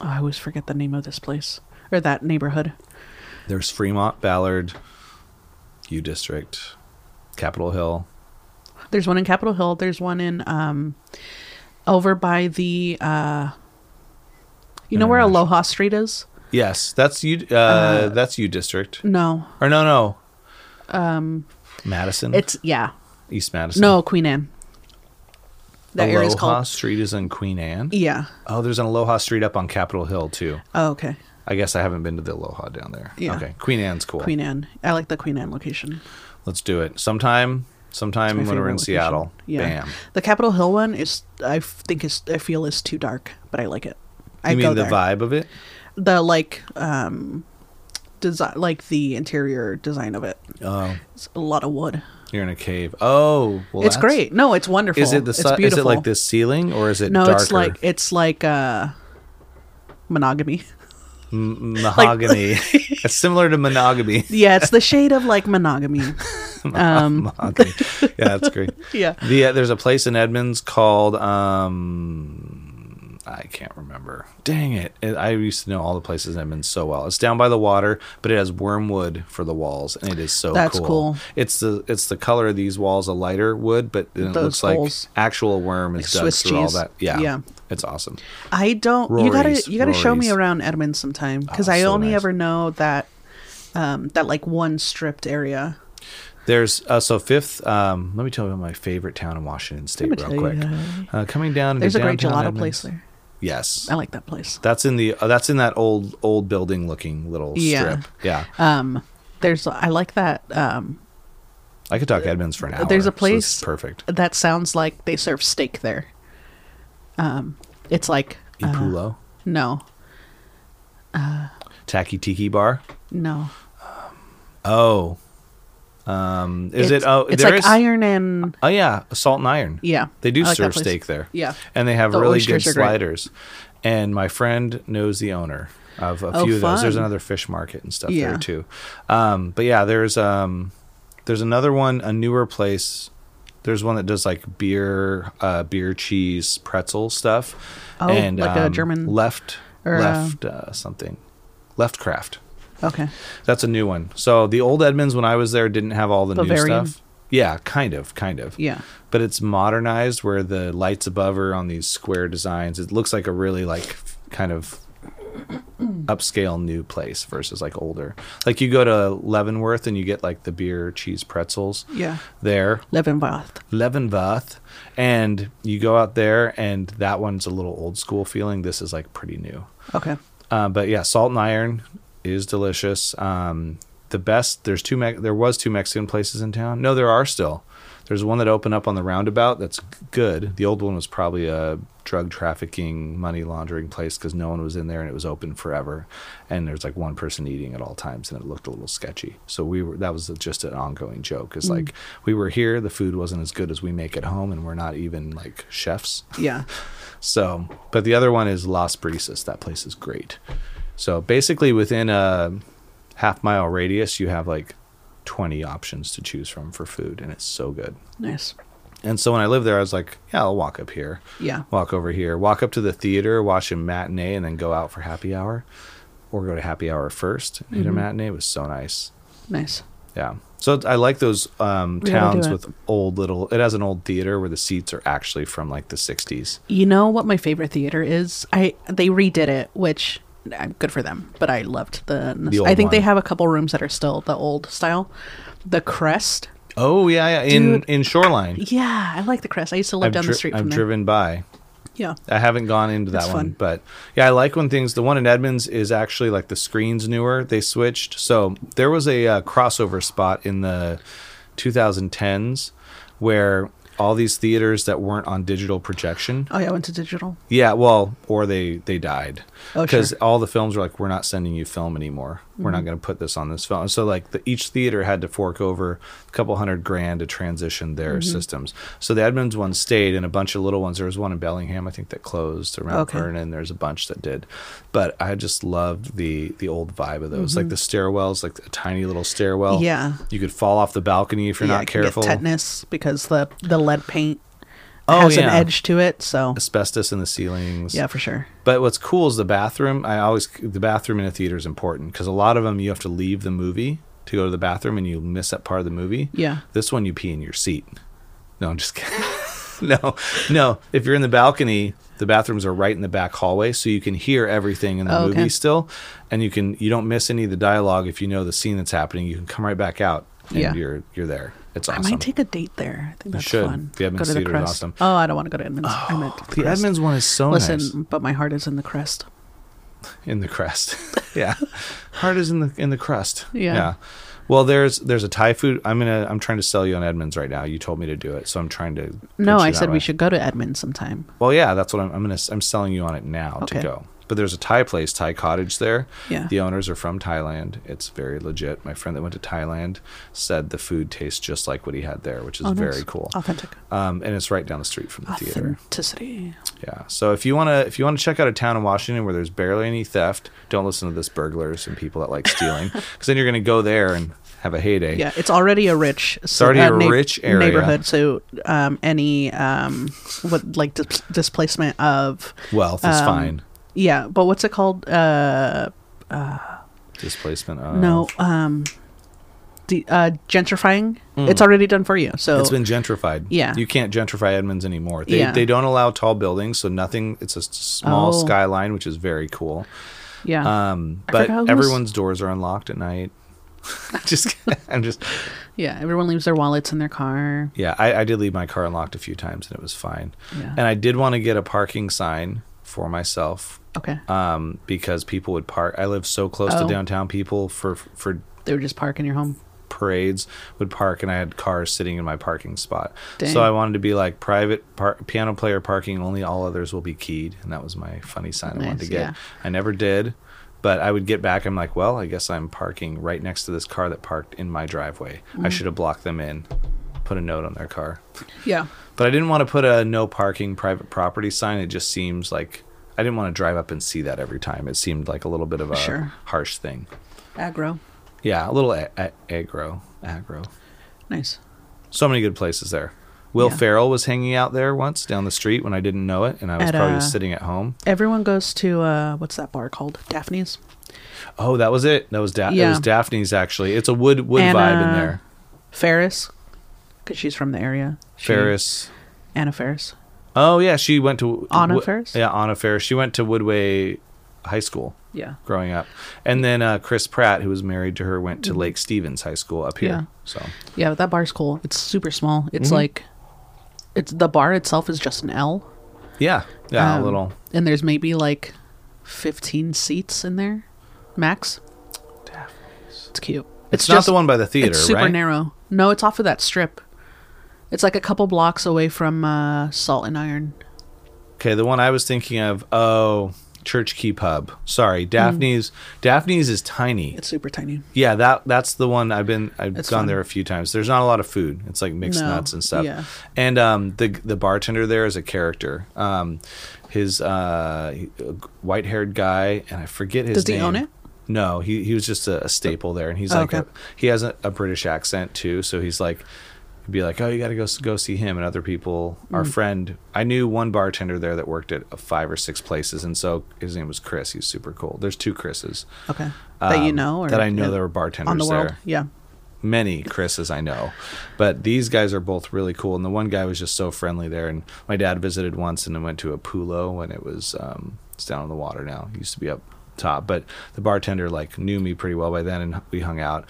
Speaker 2: oh, I always forget the name of this place or that neighborhood.
Speaker 1: There's Fremont, Ballard, U District, Capitol Hill.
Speaker 2: There's one in Capitol Hill. There's one in um, over by the. Uh, you know where
Speaker 1: International.
Speaker 2: Aloha Street is?
Speaker 1: Yes, that's U. Uh, that's U District.
Speaker 2: No,
Speaker 1: Or no, no. Um, Madison.
Speaker 2: um, it's yeah.
Speaker 1: East Madison.
Speaker 2: No, Queen Anne. That
Speaker 1: Aloha
Speaker 2: area is called.
Speaker 1: Street is in Queen Anne.
Speaker 2: Yeah.
Speaker 1: Oh, there's an Aloha Street up on Capitol Hill too.
Speaker 2: Oh, okay.
Speaker 1: I guess I haven't been to the Aloha down there.
Speaker 2: Yeah.
Speaker 1: Okay. Queen Anne's cool.
Speaker 2: Queen Anne. I like the Queen Anne location.
Speaker 1: Let's do it sometime. Sometime
Speaker 2: My
Speaker 1: when we're
Speaker 2: favorite
Speaker 1: in
Speaker 2: location.
Speaker 1: Seattle.
Speaker 2: Yeah.
Speaker 1: Bam.
Speaker 2: The Capitol Hill one is I f- think is I feel is too dark, but I like it. I
Speaker 1: you
Speaker 2: go
Speaker 1: mean the
Speaker 2: there.
Speaker 1: vibe of it?
Speaker 2: the like um design like the interior design of it
Speaker 1: Oh,
Speaker 2: it's a lot of wood
Speaker 1: you're in a cave. Oh, well, that's-
Speaker 2: it's great no it's wonderful
Speaker 1: Is it the
Speaker 2: it's
Speaker 1: si- is it
Speaker 2: beautiful
Speaker 1: like this ceiling or is it
Speaker 2: no
Speaker 1: darker?
Speaker 2: it's like it's like uh monogamy
Speaker 1: M-
Speaker 2: *laughs*
Speaker 1: mahogany. it's similar to monogamy.
Speaker 2: yeah it's the shade of
Speaker 1: *laughs*
Speaker 2: like monogamy um
Speaker 1: mahogany. Yeah, that's great.
Speaker 2: yeah
Speaker 1: The uh, there's a place in Edmonds called um I can't remember. Dang it. It- I used to know all the places in Edmonds so well. It's down by the water, but it has wormwood for the walls and it is so
Speaker 2: That's
Speaker 1: cool.
Speaker 2: cool.
Speaker 1: It's the it's the color of these walls a lighter wood, but then it
Speaker 2: Those
Speaker 1: looks like
Speaker 2: holes.
Speaker 1: actual worm is
Speaker 2: Like
Speaker 1: dug
Speaker 2: Swiss
Speaker 1: through all
Speaker 2: cheese.
Speaker 1: that. Yeah.
Speaker 2: Yeah.
Speaker 1: It's awesome.
Speaker 2: i don't you
Speaker 1: Rory's,
Speaker 2: gotta you gotta show me
Speaker 1: Rory's.
Speaker 2: around edmonds sometime because
Speaker 1: Oh,
Speaker 2: i
Speaker 1: so
Speaker 2: only
Speaker 1: nice.
Speaker 2: ever know that um that like one stripped area
Speaker 1: There's uh, so fifth. Um, let me tell you about my favorite town in Washington State
Speaker 2: me
Speaker 1: real
Speaker 2: tell you
Speaker 1: quick.
Speaker 2: that.
Speaker 1: Uh, coming down. into
Speaker 2: there's a great
Speaker 1: downtown
Speaker 2: gelato
Speaker 1: Edmonds.
Speaker 2: place there
Speaker 1: Yes,
Speaker 2: i like that place
Speaker 1: That's in the uh, that's in that old old building looking little
Speaker 2: Yeah.
Speaker 1: strip. Yeah.
Speaker 2: um there's i like that um
Speaker 1: I could talk Edmonds for an hour.
Speaker 2: There's a
Speaker 1: so this
Speaker 2: place-
Speaker 1: is perfect.
Speaker 2: that sounds like they serve steak there. Um, it's like uh,
Speaker 1: Ipulo.
Speaker 2: No.
Speaker 1: Tacky Tiki Bar.
Speaker 2: No.
Speaker 1: Oh, um, is
Speaker 2: it's,
Speaker 1: it? Oh,
Speaker 2: it's
Speaker 1: there
Speaker 2: like
Speaker 1: is-
Speaker 2: iron and
Speaker 1: Oh yeah, Salt and Iron.
Speaker 2: yeah.
Speaker 1: They do
Speaker 2: I like that
Speaker 1: serve
Speaker 2: place.
Speaker 1: steak there.
Speaker 2: Yeah.
Speaker 1: And they have
Speaker 2: The
Speaker 1: really good
Speaker 2: oysters are great.
Speaker 1: sliders. And my friend knows the owner of a
Speaker 2: Oh,
Speaker 1: few of those. There's
Speaker 2: fun.
Speaker 1: another fish market and stuff
Speaker 2: Yeah.
Speaker 1: there too. Um, but yeah, there's um, there's another one, a newer place. There's one that does like beer, uh, beer cheese pretzel stuff,
Speaker 2: Oh,
Speaker 1: and
Speaker 2: like a
Speaker 1: um,
Speaker 2: German-
Speaker 1: left
Speaker 2: or, uh,
Speaker 1: left uh, something, left craft.
Speaker 2: Okay.
Speaker 1: That's a new one. So the old Edmonds when I was there didn't have all the
Speaker 2: Bavarian?
Speaker 1: new stuff. Yeah, kind of, kind of
Speaker 2: Yeah.
Speaker 1: but it's modernized where the lights above are on these square designs. It looks like a really like kind of upscale new place versus like older. Like you go to Leavenworth and you get like the beer cheese pretzels
Speaker 2: Yeah.
Speaker 1: there,
Speaker 2: Levenbath.
Speaker 1: Leavenworth, and you go out there and that one's a little old school feeling. This is like pretty new.
Speaker 2: Okay.
Speaker 1: Uh, but yeah, salt and iron is delicious. Um, the best there's two Me- there was two Mexican places in town. No, there are still. There's one that opened up on the roundabout that's good. The old one was probably a drug trafficking, money laundering place because no one was in there and it was open forever. And there's like one person eating at all times and it looked a little sketchy. So we were that was just an ongoing joke. Is like we were here, the food wasn't as good as we make at home, and we're not even like chefs.
Speaker 2: Yeah.
Speaker 1: So, but the other one is Las Brisas. That place is great. So basically, within a half mile radius, you have like 20 options to choose from for food, and it's so good.
Speaker 2: Nice.
Speaker 1: And so when I lived there, I was like, yeah, I'll walk up here,
Speaker 2: Yeah.
Speaker 1: walk over here, walk up to the theater, watch a matinee, and then go out for happy hour or go to happy hour first. And hit a matinee It was so nice.
Speaker 2: Nice.
Speaker 1: Yeah. So it's- I like those um,
Speaker 2: We gotta do
Speaker 1: towns
Speaker 2: it.
Speaker 1: with old little, it has an old theater where the seats are actually from like the 60s.
Speaker 2: You know what my favorite theater is? I they redid it, which uh, good for them. But I loved the.
Speaker 1: old
Speaker 2: I think they
Speaker 1: one.
Speaker 2: have a couple rooms that are still the old style. The Crest.
Speaker 1: Oh, yeah. yeah. In,
Speaker 2: Dude.
Speaker 1: in Shoreline.
Speaker 2: Yeah, I like the Crest. I used to live
Speaker 1: I've
Speaker 2: down
Speaker 1: dri-
Speaker 2: the street
Speaker 1: I've
Speaker 2: from there.
Speaker 1: driven by.
Speaker 2: yeah.
Speaker 1: I haven't gone into that
Speaker 2: It's
Speaker 1: one,
Speaker 2: fun.
Speaker 1: but yeah, I like when things. The one in Edmonds is actually like the screens newer. They switched, so there was a uh, crossover spot in the 2010s where all these theaters that weren't on digital projection.
Speaker 2: Oh yeah, I went to digital.
Speaker 1: Yeah, well, or they they died
Speaker 2: Oh,
Speaker 1: because
Speaker 2: sure. Mm-hmm.
Speaker 1: all the films were like, we're not sending you film anymore. We're not going to put this on this film. So like the, each theater had to fork over a couple hundred grand to transition their
Speaker 2: Mm-hmm.
Speaker 1: systems. So the Edmonds one stayed, and a bunch of little ones. There was one in Bellingham, I think, that closed around
Speaker 2: Okay.
Speaker 1: Vernon. There's a bunch that did, but I just loved the the old vibe of those, like the stairwells, like a tiny little stairwell.
Speaker 2: Mm-hmm. Yeah.
Speaker 1: you could fall off the balcony if Oh, you're
Speaker 2: Yeah,
Speaker 1: not
Speaker 2: it can get
Speaker 1: careful.
Speaker 2: tetanus because the the lead paint
Speaker 1: Oh,
Speaker 2: has an
Speaker 1: yeah.
Speaker 2: edge to it. So
Speaker 1: Asbestos in the ceilings.
Speaker 2: yeah, for sure.
Speaker 1: But what's cool is the bathroom. I always the bathroom in a theater is important because a lot of them you have to leave the movie to go to the bathroom and you miss that part of the movie.
Speaker 2: Yeah.
Speaker 1: This one you pee in your seat. No, I'm just kidding. *laughs* no, no. If you're in the balcony, the bathrooms are right in the back hallway, so you can hear everything in the
Speaker 2: Oh, okay.
Speaker 1: movie still, and you can you don't miss any of the dialogue if you know the scene that's happening. You can come right back out and
Speaker 2: Yeah.
Speaker 1: you're you're there. It's
Speaker 2: I
Speaker 1: awesome.
Speaker 2: might take a date there. I think that's
Speaker 1: should.
Speaker 2: fun.
Speaker 1: The Edmonds
Speaker 2: go to the
Speaker 1: Theater is
Speaker 2: Crest.
Speaker 1: awesome.
Speaker 2: Oh, I don't want to go to Edmonds. I meant the
Speaker 1: the
Speaker 2: Crest.
Speaker 1: Edmonds one is so
Speaker 2: Listen,
Speaker 1: nice
Speaker 2: but my heart is in the Crest.
Speaker 1: in the *laughs* crest. yeah, heart is in the in the crust.
Speaker 2: Yeah.
Speaker 1: Well, there's there's a Thai food. I'm gonna I'm trying to sell you on Edmonds right now. You told me to do it, so I'm trying to. pitch
Speaker 2: No,
Speaker 1: you
Speaker 2: I
Speaker 1: that
Speaker 2: said
Speaker 1: way.
Speaker 2: we should go to Edmonds sometime.
Speaker 1: Well, yeah, that's what I'm. I'm gonna. s- I'm selling you on it now
Speaker 2: Okay.
Speaker 1: to go. But there's a Thai place, Thai cottage there.
Speaker 2: Yeah.
Speaker 1: The owners are from Thailand. It's very legit. My friend that went to Thailand said the food tastes just like what he had there, which is
Speaker 2: Oh, nice.
Speaker 1: very cool.
Speaker 2: Authentic.
Speaker 1: Um, and it's right down the street from the theater.
Speaker 2: Authenticity.
Speaker 1: Yeah. So if you want to if you want to check out a town in Washington where there's barely any theft, don't listen to this burglars and people that like stealing
Speaker 2: *laughs*
Speaker 1: because then you're going to go there and have a heyday.
Speaker 2: Yeah, it's already a rich, it's
Speaker 1: already a rich area.
Speaker 2: neighborhood. So, um, any um, what like dis- displacement of
Speaker 1: Wealth is
Speaker 2: um,
Speaker 1: fine.
Speaker 2: Yeah, but what's it called? Uh,
Speaker 1: Displacement. uh, Of,
Speaker 2: no, um, the uh, gentrifying. It's already done for you. So
Speaker 1: Mm. It's been gentrified.
Speaker 2: Yeah.
Speaker 1: You can't gentrify Edmonds anymore. They
Speaker 2: Yeah.
Speaker 1: they don't allow tall buildings, so nothing. It's a s- small
Speaker 2: Oh.
Speaker 1: skyline, which is very cool.
Speaker 2: yeah,
Speaker 1: Um,
Speaker 2: I
Speaker 1: but
Speaker 2: forgot who was-
Speaker 1: everyone's doors are unlocked at night. *laughs* just I'm just
Speaker 2: yeah. Everyone leaves their wallets in their car.
Speaker 1: Yeah, I, I did leave my car unlocked a few times and it was fine.
Speaker 2: Yeah.
Speaker 1: And I did want to get a parking sign for myself
Speaker 2: Okay,
Speaker 1: um, because people would park. I live so close
Speaker 2: Oh.
Speaker 1: to downtown. People for for
Speaker 2: they were just parking your home.
Speaker 1: parades would park, and I had cars sitting in my parking spot.
Speaker 2: Dang.
Speaker 1: So I wanted to be like private par- piano player parking only. All others will be keyed, and that was my funny sign I wanted
Speaker 2: Nice,
Speaker 1: to get.
Speaker 2: yeah.
Speaker 1: I never did, but I would get back. I'm like, well, I guess I'm parking right next to this car that parked in my driveway.
Speaker 2: Mm-hmm.
Speaker 1: I should have blocked them in, put a note on their car.
Speaker 2: Yeah.
Speaker 1: But I didn't want to put a no parking private property sign. It just seems like I didn't want to drive up and see that every time. It seemed like a little bit of a
Speaker 2: Sure.
Speaker 1: harsh thing.
Speaker 2: Aggro.
Speaker 1: Yeah, a little a- a- aggro, aggro.
Speaker 2: Nice.
Speaker 1: So many good places there. Will
Speaker 2: Yeah.
Speaker 1: Farrell was hanging out there once down the street when I didn't know it, and I was
Speaker 2: At,
Speaker 1: probably
Speaker 2: uh,
Speaker 1: sitting at home.
Speaker 2: Everyone goes to uh what's that bar called? Daphne's.
Speaker 1: Oh, that was it. That was da- it
Speaker 2: Yeah.
Speaker 1: was Daphne's actually. It's a wood wood
Speaker 2: And,
Speaker 1: vibe in
Speaker 2: uh,
Speaker 1: there.
Speaker 2: Ferris. Cuz she's from the area. She-
Speaker 1: Ferris.
Speaker 2: Anna Ferris.
Speaker 1: Oh yeah, she went to
Speaker 2: Anna
Speaker 1: Wo-
Speaker 2: Ferris?
Speaker 1: Yeah, Anna Ferris. She went to Woodway High School.
Speaker 2: Yeah.
Speaker 1: growing up. And then uh, Chris Pratt, who was married to her, went to Lake Stevens High School up here.
Speaker 2: Mm. Yeah.
Speaker 1: So
Speaker 2: Yeah, but that bar's cool. It's super small. It's
Speaker 1: Mm-hmm.
Speaker 2: like it's the bar itself is just an L.
Speaker 1: yeah, yeah,
Speaker 2: Um,
Speaker 1: a little.
Speaker 2: And there's maybe like 15 seats in there max. It's cute.
Speaker 1: It's, not
Speaker 2: just-
Speaker 1: the one by the theater,
Speaker 2: It's super
Speaker 1: right?
Speaker 2: narrow. No, it's off of that strip. It's like a couple blocks away from uh, Salt and Iron.
Speaker 1: Okay, the one I was thinking of. Oh, Church Key Pub. Sorry,
Speaker 2: Mm.
Speaker 1: Daphne's. Daphne's is tiny.
Speaker 2: It's super tiny.
Speaker 1: yeah, that that's the one I've been. I've
Speaker 2: It's
Speaker 1: gone
Speaker 2: fun.
Speaker 1: there a few times. There's not a lot of food. It's like mixed
Speaker 2: No,
Speaker 1: nuts and stuff.
Speaker 2: yeah.
Speaker 1: And um, the the bartender there is a character. Um, his uh, white haired guy, and I forget his.
Speaker 2: Does he
Speaker 1: name.
Speaker 2: own it?
Speaker 1: No, he he was just a, a staple there, and he's
Speaker 2: Oh,
Speaker 1: like
Speaker 2: okay.
Speaker 1: a, he has a, a British accent too, so he's like. he'd Be like, oh, you got to go s- go see him and other people. Our
Speaker 2: Hmm.
Speaker 1: friend, I knew one bartender there that worked at uh, five or six places, and so his name was Chris. He's super cool. There's two Chris's
Speaker 2: Okay. that you
Speaker 1: um,
Speaker 2: know? Or
Speaker 1: that I know
Speaker 2: uh,
Speaker 1: there were bartenders
Speaker 2: On the world.
Speaker 1: there.
Speaker 2: Yeah.
Speaker 1: Many Chris's I know, but these guys are both really cool. And the one guy was just so friendly there. And my dad visited once and then went to a pulo, and it was um, it's down on the water now. It used to be up top, but the bartender like knew me pretty well by then, and we hung out.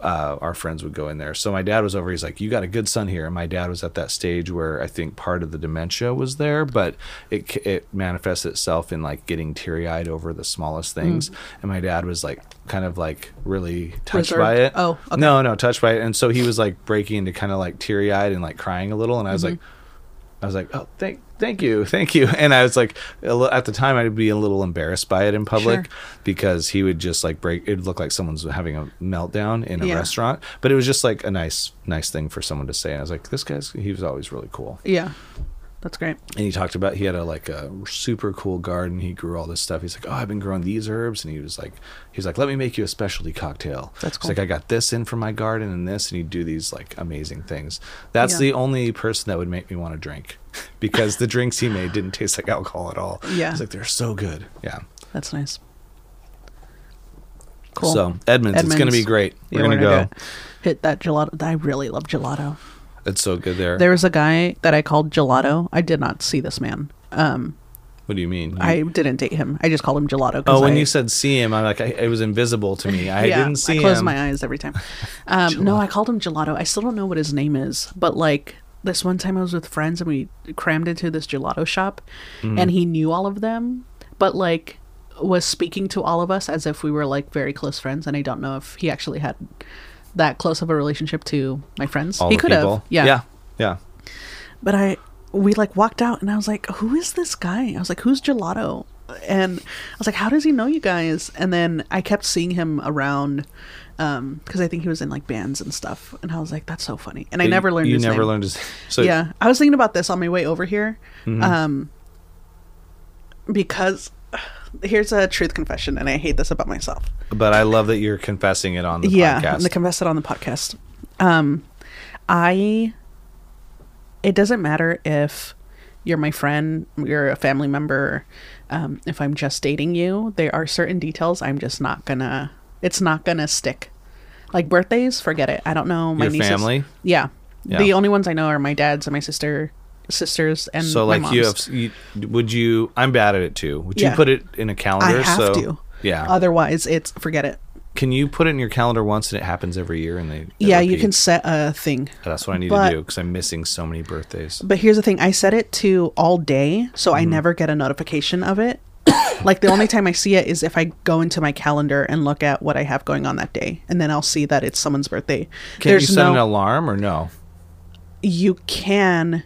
Speaker 1: Uh, our friends would go in there. So my dad was over. He's like, "You got a good son here." And my dad was at that stage where I think part of the dementia was there, but it c- it manifests itself in like getting teary eyed over the smallest things.
Speaker 2: Mm.
Speaker 1: And my dad was like, kind of like really touched by it.
Speaker 2: Reserved. Oh, okay.
Speaker 1: no, no, touched by it. And so he was like breaking into kind of like teary eyed and like crying a little. And I was
Speaker 2: Mm-hmm.
Speaker 1: like, I was like, oh, thank, thank you, thank you. *laughs* And I was like, a li- at the time, I'd be a little embarrassed by it in public
Speaker 2: Sure.
Speaker 1: because he would just like break. It'd look like someone's having a meltdown in a
Speaker 2: Yeah.
Speaker 1: restaurant, but it was just like a nice, nice thing for someone to say. And I was like, this guy's, he was always really cool.
Speaker 2: Yeah. That's great.
Speaker 1: And he talked about he had a like a super cool garden. He grew all this stuff. He's like, oh, I've been growing these herbs, and he was like, he's like, let me make you a specialty cocktail.
Speaker 2: That's
Speaker 1: He's
Speaker 2: cool.
Speaker 1: like I got this in from my garden and this, and he'd do these like amazing things. That's
Speaker 2: Yeah.
Speaker 1: the only person that would make me want to drink, *laughs* because the drinks he made didn't taste like alcohol at all.
Speaker 2: Yeah.
Speaker 1: he's like they're so good. Yeah.
Speaker 2: That's nice. Cool.
Speaker 1: So Edmonds, it's gonna
Speaker 2: Edmonds.
Speaker 1: be great.
Speaker 2: Yeah,
Speaker 1: We're gonna,
Speaker 2: gonna
Speaker 1: go.
Speaker 2: do it. Hit that gelato. I really love gelato.
Speaker 1: It's so good there.
Speaker 2: There was a guy that I called Gelato. I did not see this man. Um,
Speaker 1: What do you mean?
Speaker 2: I didn't date him. I just called him Gelato. 'cause
Speaker 1: oh, when
Speaker 2: I-
Speaker 1: you said see him, I'm like, I, it was invisible to me.
Speaker 2: *laughs*
Speaker 1: I didn't see
Speaker 2: I closed
Speaker 1: him.
Speaker 2: my eyes every time. Um, no, I called him Gelato. I still don't know what his name is, but like this one time I was with friends and we crammed into this gelato shop,
Speaker 1: Mm-hmm.
Speaker 2: and he knew all of them, but like was speaking to all of us as if we were like very close friends, and I don't know if he actually had that close of a relationship to my friends.
Speaker 1: All
Speaker 2: he
Speaker 1: the
Speaker 2: could have,
Speaker 1: people. Yeah. Yeah.
Speaker 2: but I we like walked out and I was like, who is this guy? I was like, who's Gelato? And I was like, how does he know you guys? And then I kept seeing him around because I think he was in like bands and stuff. And I was like, that's so funny. And I
Speaker 1: You-
Speaker 2: never learned.
Speaker 1: You
Speaker 2: his
Speaker 1: never
Speaker 2: name.
Speaker 1: learned his. *laughs* So Mm-hmm.
Speaker 2: yeah, I was thinking about this on my way over here, um, because *sighs* here's a truth confession, and I hate this about myself.
Speaker 1: But I love that you're confessing it on the
Speaker 2: yeah,
Speaker 1: podcast.
Speaker 2: and the confess it on the podcast. Um, I. It doesn't matter if you're my friend, you're a family member, um, if I'm just dating you. There are certain details I'm just not gonna. It's not gonna stick. Like birthdays, forget it. I don't know my
Speaker 1: Your
Speaker 2: nieces.
Speaker 1: family?
Speaker 2: Yeah.
Speaker 1: Yeah.
Speaker 2: the only ones I know are my dad's and my sister, sisters, and
Speaker 1: so
Speaker 2: my
Speaker 1: like
Speaker 2: mom's.
Speaker 1: you have, you, would you? I'm bad at it too. Would
Speaker 2: Yeah.
Speaker 1: you put it in a calendar?
Speaker 2: I have
Speaker 1: so
Speaker 2: to. Uh,
Speaker 1: yeah.
Speaker 2: Otherwise, it's forget it.
Speaker 1: can you put it in your calendar once and it happens every year and they? they
Speaker 2: Yeah, you can
Speaker 1: repeat?
Speaker 2: set a thing.
Speaker 1: That's what I need
Speaker 2: but-
Speaker 1: to do because I'm missing so many birthdays. Mm-hmm.
Speaker 2: But here's the thing I set it *coughs* to all day, so I never get a notification of it. Like the only time I see it is if I go into my calendar and look at what I have going on that day, and then I'll see that it's someone's birthday.
Speaker 1: Can you set an alarm or no?
Speaker 2: you can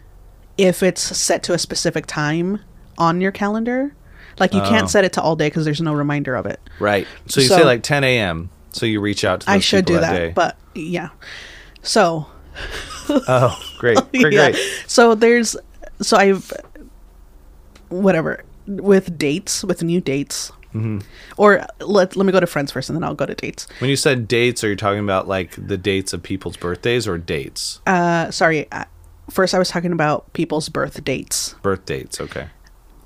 Speaker 2: if it's set to a specific time on your calendar. Like you
Speaker 1: Oh.
Speaker 2: can't set it to all day because there's no reminder of it.
Speaker 1: Right. So you
Speaker 2: So-
Speaker 1: say like 10 a.m. So you reach out to. Those
Speaker 2: I should do
Speaker 1: people
Speaker 2: that,
Speaker 1: day.
Speaker 2: but yeah. So *laughs*
Speaker 1: oh, great, great,
Speaker 2: yeah.
Speaker 1: great.
Speaker 2: So there's so I've whatever with dates with new dates.
Speaker 1: Mm-hmm.
Speaker 2: Or let let me go to friends first, and then I'll go to dates.
Speaker 1: When you said dates, are you talking about like the dates of people's birthdays or dates?
Speaker 2: Uh, sorry, I, first I was talking about people's birth dates.
Speaker 1: Birth dates. Okay.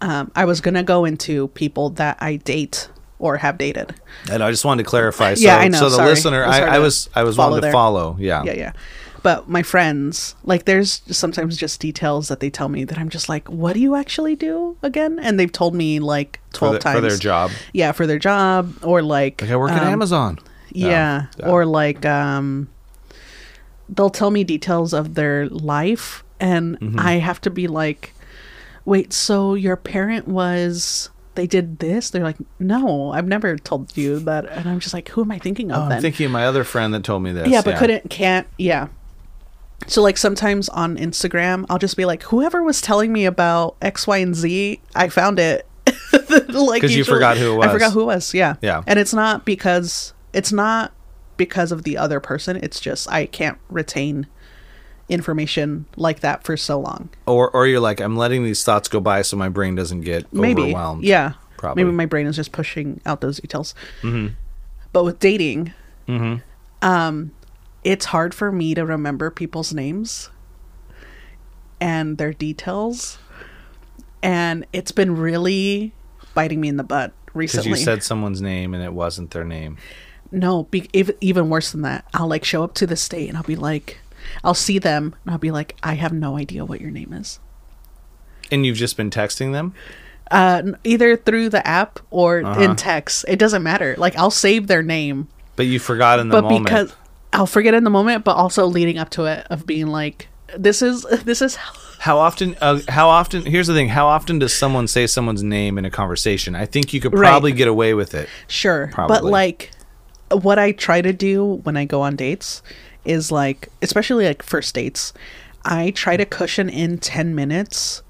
Speaker 2: Um, I was gonna go into people that I date or have dated.
Speaker 1: And I just wanted to clarify. So,
Speaker 2: Yeah, I know,
Speaker 1: So the
Speaker 2: sorry.
Speaker 1: listener,
Speaker 2: It was
Speaker 1: I,
Speaker 2: hard
Speaker 1: I
Speaker 2: to
Speaker 1: was, I was
Speaker 2: follow
Speaker 1: wanting to
Speaker 2: there.
Speaker 1: follow. Yeah.
Speaker 2: yeah yeah but my friends like there's sometimes just details that they tell me that i'm just like what do you actually do again and they've told me like 12
Speaker 1: the- for
Speaker 2: times
Speaker 1: their job.
Speaker 2: yeah for their job or like
Speaker 1: Like I work at
Speaker 2: um,
Speaker 1: Amazon. No,
Speaker 2: yeah,
Speaker 1: yeah.
Speaker 2: or like um they'll tell me details of their life and
Speaker 1: Mm-hmm.
Speaker 2: i have to be like wait so your parent was they did this they're like no i've never told you that and i'm just like who am i thinking of
Speaker 1: Oh,
Speaker 2: um, then
Speaker 1: I'm thinking of my other friend that told me this.
Speaker 2: yeah, but couldn't can't yeah. So like sometimes on Instagram, I'll just be like, whoever was telling me about X, Y, and Z, I found it. *laughs* like
Speaker 1: 'Cause you
Speaker 2: usually-
Speaker 1: forgot who it
Speaker 2: I
Speaker 1: was.
Speaker 2: forgot who it was. Yeah.
Speaker 1: Yeah.
Speaker 2: And it's not because it's not because of the other person. It's just I can't retain information like that for so long.
Speaker 1: Or, or you're like, I'm letting these thoughts go by so my brain doesn't get
Speaker 2: Maybe.
Speaker 1: overwhelmed.
Speaker 2: Yeah.
Speaker 1: Probably. Mm-hmm.
Speaker 2: Maybe my brain is just pushing out those details. But with dating, um, it's hard for me to remember people's names and their details, and it's been really biting me in the butt
Speaker 1: Because
Speaker 2: recently.
Speaker 1: you said someone's name and it wasn't their name.
Speaker 2: No, be, ev- even worse than that. I'll like show up to the state and I'll be like, I'll see them and I'll be like, I have no idea what your name is.
Speaker 1: And you've just been texting them?
Speaker 2: Uh, n- either through the app or
Speaker 1: Uh-huh.
Speaker 2: in text. It doesn't matter. Like I'll save their name,
Speaker 1: But you forgot in the
Speaker 2: but
Speaker 1: moment.
Speaker 2: because I'll forget in the moment, but also leading up to it of being like, this is *laughs* this is how
Speaker 1: How often? Uh, how often? Here's the thing. How often does someone say someone's name in a conversation? I think you could
Speaker 2: Right.
Speaker 1: probably get away with it.
Speaker 2: Sure. But
Speaker 1: Probably.
Speaker 2: like what I try to do when I go on dates is like especially like first dates, I try to cushion in 10 minutes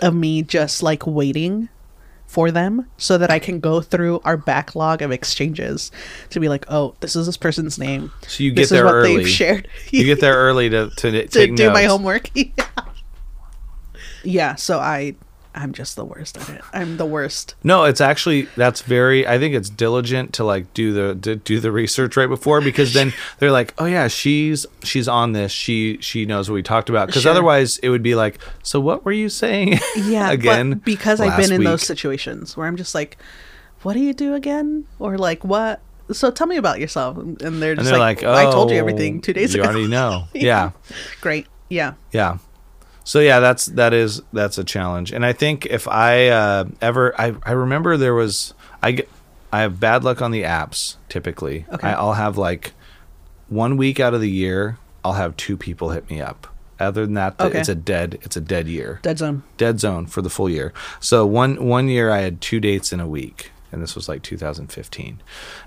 Speaker 2: of me just like waiting for them so that I can go through our backlog of exchanges to be like, "Oh, this is this person's name."
Speaker 1: So you get
Speaker 2: this
Speaker 1: there
Speaker 2: is what
Speaker 1: early.
Speaker 2: they've shared.
Speaker 1: *laughs*
Speaker 2: *laughs*
Speaker 1: You get there early to to,
Speaker 2: to
Speaker 1: take
Speaker 2: do my
Speaker 1: notes.
Speaker 2: homework. *laughs* yeah. yeah, so I I'm just the worst at it. I'm the worst.
Speaker 1: No, it's actually that's very. I think it's diligent to like do the to do the research right before because
Speaker 2: *laughs*
Speaker 1: then they're like, oh yeah, she's she's on this. She she knows what we talked about. Because
Speaker 2: Sure.
Speaker 1: otherwise, it would be like, so what were you saying? *laughs*
Speaker 2: yeah but
Speaker 1: again
Speaker 2: because i've
Speaker 1: last
Speaker 2: been in those
Speaker 1: week?"
Speaker 2: situations where i'm just like what do you do again or like what so tell me about yourself and they're
Speaker 1: and
Speaker 2: just
Speaker 1: they're
Speaker 2: like,
Speaker 1: like, oh,
Speaker 2: i told you everything two days
Speaker 1: you
Speaker 2: ago
Speaker 1: already
Speaker 2: *laughs*
Speaker 1: know. yeah.
Speaker 2: great yeah
Speaker 1: Yeah. So yeah, that's that is that's a challenge. And I think if I uh, ever I, I remember there was I get I have bad luck on the apps typically.
Speaker 2: Okay.
Speaker 1: I, I'll have like one week out of the year, I'll have two people hit me up. Other than that, th-
Speaker 2: Okay.
Speaker 1: it's a dead it's a dead year.
Speaker 2: dead zone
Speaker 1: Dead zone for the full year. So one one year I had two dates in a week. And this was like 2015.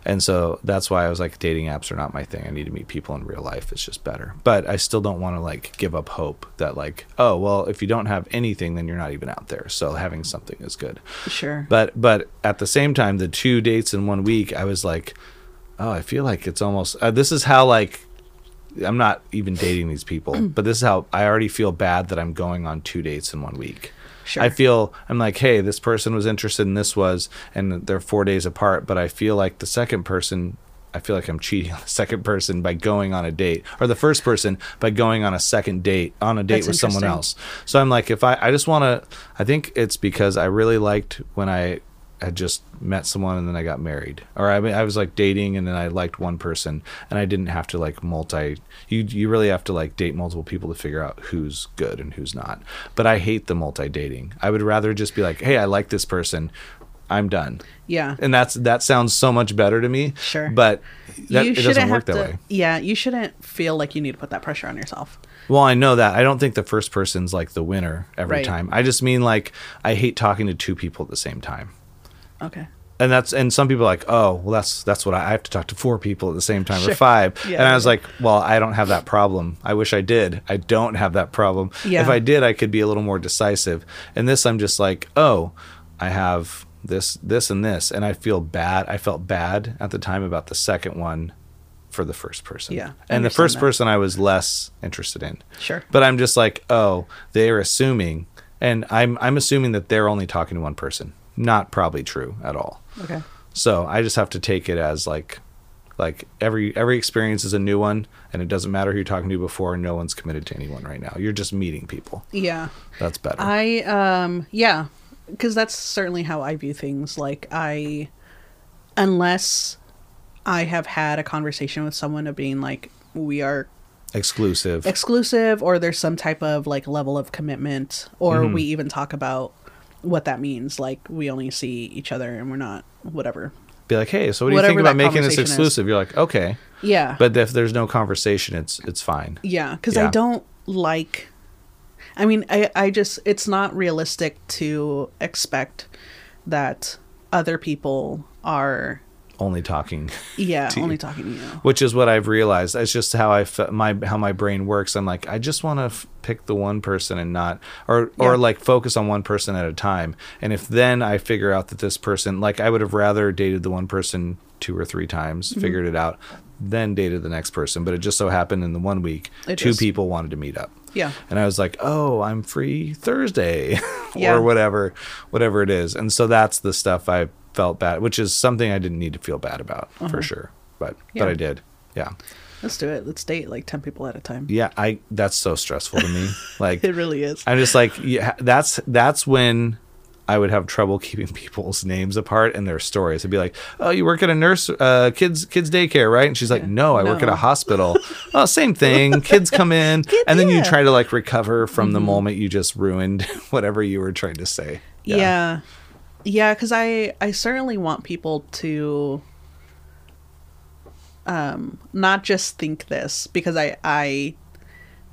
Speaker 1: And so that's why I was like, dating apps are not my thing. I need to meet people in real life. It's just better. But I still don't want to like give up hope that, like, oh, well, if you don't have anything, then you're not even out there. So having something is good.
Speaker 2: sure
Speaker 1: But but at the same time, the two dates in one week, I was like, oh, I feel like it's almost. Uh, this is how like I'm not even dating these
Speaker 2: *clears throat*
Speaker 1: people, but this is how I already feel bad that I'm going on two dates in one week.
Speaker 2: Sure.
Speaker 1: I feel I'm like, hey, this person was interested and this was, and they're four days apart. But I feel like the second person, I feel like I'm cheating on the second person by going on a date, or the first person by going on a second date on a date
Speaker 2: That's
Speaker 1: with someone
Speaker 2: interesting.
Speaker 1: else. So I'm like, if I, I just want to, I think it's because I really liked when I had just met someone and then I got married, or I, mean, I was like dating and then I liked one person and I didn't have to like multi. You you really have to like date multiple people to figure out who's good and who's not. But I hate the multi dating. I would rather just be like, hey, I like this person. I'm done.
Speaker 2: yeah
Speaker 1: And that's that sounds so much better to me.
Speaker 2: Sure.
Speaker 1: But that, it doesn't work that
Speaker 2: have to
Speaker 1: way.
Speaker 2: yeah you shouldn't feel like you need to put that pressure on yourself
Speaker 1: Well, I know that. I don't think the first person's like the winner every
Speaker 2: Right.
Speaker 1: time. I just mean like I hate talking to two people at the same time.
Speaker 2: Okay.
Speaker 1: and that's and some people are like oh well that's that's what I, I have to talk to four people at the same time or
Speaker 2: Sure.
Speaker 1: five
Speaker 2: Yeah,
Speaker 1: and i was
Speaker 2: yeah.
Speaker 1: like well i don't have that problem i wish i did i don't have that problem
Speaker 2: Yeah.
Speaker 1: if i did i could be a little more decisive and this i'm just like oh i have this this and this and i feel bad i felt bad at the time about the second one for the first person
Speaker 2: Yeah, I
Speaker 1: and the
Speaker 2: understand
Speaker 1: first
Speaker 2: that.
Speaker 1: person i was less interested in
Speaker 2: Sure.
Speaker 1: but i'm just like oh they're assuming and i'm i'm assuming that they're only talking to one person not probably true at all
Speaker 2: Okay.
Speaker 1: so I just have to take it as like like every every experience is a new one and it doesn't matter who you're talking to before no one's committed to anyone right now. You're just meeting people.
Speaker 2: Yeah.
Speaker 1: That's better.
Speaker 2: I um yeah, because that's certainly how I view things. Like I, unless I have had a conversation with someone of being like we are
Speaker 1: Exclusive.
Speaker 2: exclusive, or there's some type of like level of commitment, or we even talk about what that means. Like we only see each other and we're not whatever.
Speaker 1: Be like, "Hey, so what do you
Speaker 2: Whatever
Speaker 1: think about
Speaker 2: that
Speaker 1: making this
Speaker 2: conversation is.
Speaker 1: exclusive?" You're like, "Okay."
Speaker 2: Yeah.
Speaker 1: But if there's no conversation, it's it's fine.
Speaker 2: Yeah, because
Speaker 1: Yeah.
Speaker 2: I don't like. I mean, I, I just, it's not realistic to expect that other people are,
Speaker 1: Only talking.
Speaker 2: yeah,
Speaker 1: To you.
Speaker 2: only talking to you.
Speaker 1: Which is what I've realized. That's just how I fe- my how my brain works. I'm like, I just want to f- pick the one person and not or or
Speaker 2: Yeah.
Speaker 1: like focus on one person at a time. And if then I figure out that this person, like I would have rather dated the one person two or three times,
Speaker 2: Mm-hmm.
Speaker 1: figured it out, then dated the next person. But it just so happened in the one week,
Speaker 2: It
Speaker 1: two
Speaker 2: just-
Speaker 1: people wanted to meet up.
Speaker 2: Yeah.
Speaker 1: And I was like, oh, I'm free Thursday *laughs*
Speaker 2: Yeah.
Speaker 1: or whatever, whatever it is. And so that's the stuff I felt bad, which is something I didn't need to feel bad about for sure. But,
Speaker 2: Uh-huh. Yeah.
Speaker 1: but I did. Yeah.
Speaker 2: Let's do it. Let's date like 10 people at a time.
Speaker 1: Yeah. I, that's so stressful to
Speaker 2: *laughs*
Speaker 1: me. Like
Speaker 2: It really is.
Speaker 1: I'm just like, yeah, that's, that's when I would have trouble *laughs* keeping people's names apart and their stories. I'd be like, oh, you work at a nurse, uh, kids, kids daycare, right? And she's like, no, I work at a
Speaker 2: No. *laughs*
Speaker 1: hospital. oh, same thing. Kids come in. and then you
Speaker 2: yeah. Mm-hmm.
Speaker 1: try to like recover from the moment you just ruined *laughs* whatever you were trying to say.
Speaker 2: yeah yeah because i i certainly want people to um not just think this because i i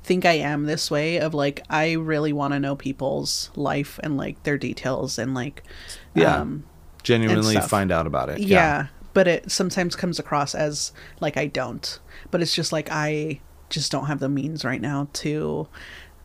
Speaker 2: think i am this way of like i really want to know people's life and like their details and like
Speaker 1: Yeah.
Speaker 2: um,
Speaker 1: Genuinely
Speaker 2: stuff.
Speaker 1: find out about it.
Speaker 2: yeah. but it sometimes comes across as like i don't but it's just like i just don't have the means right now to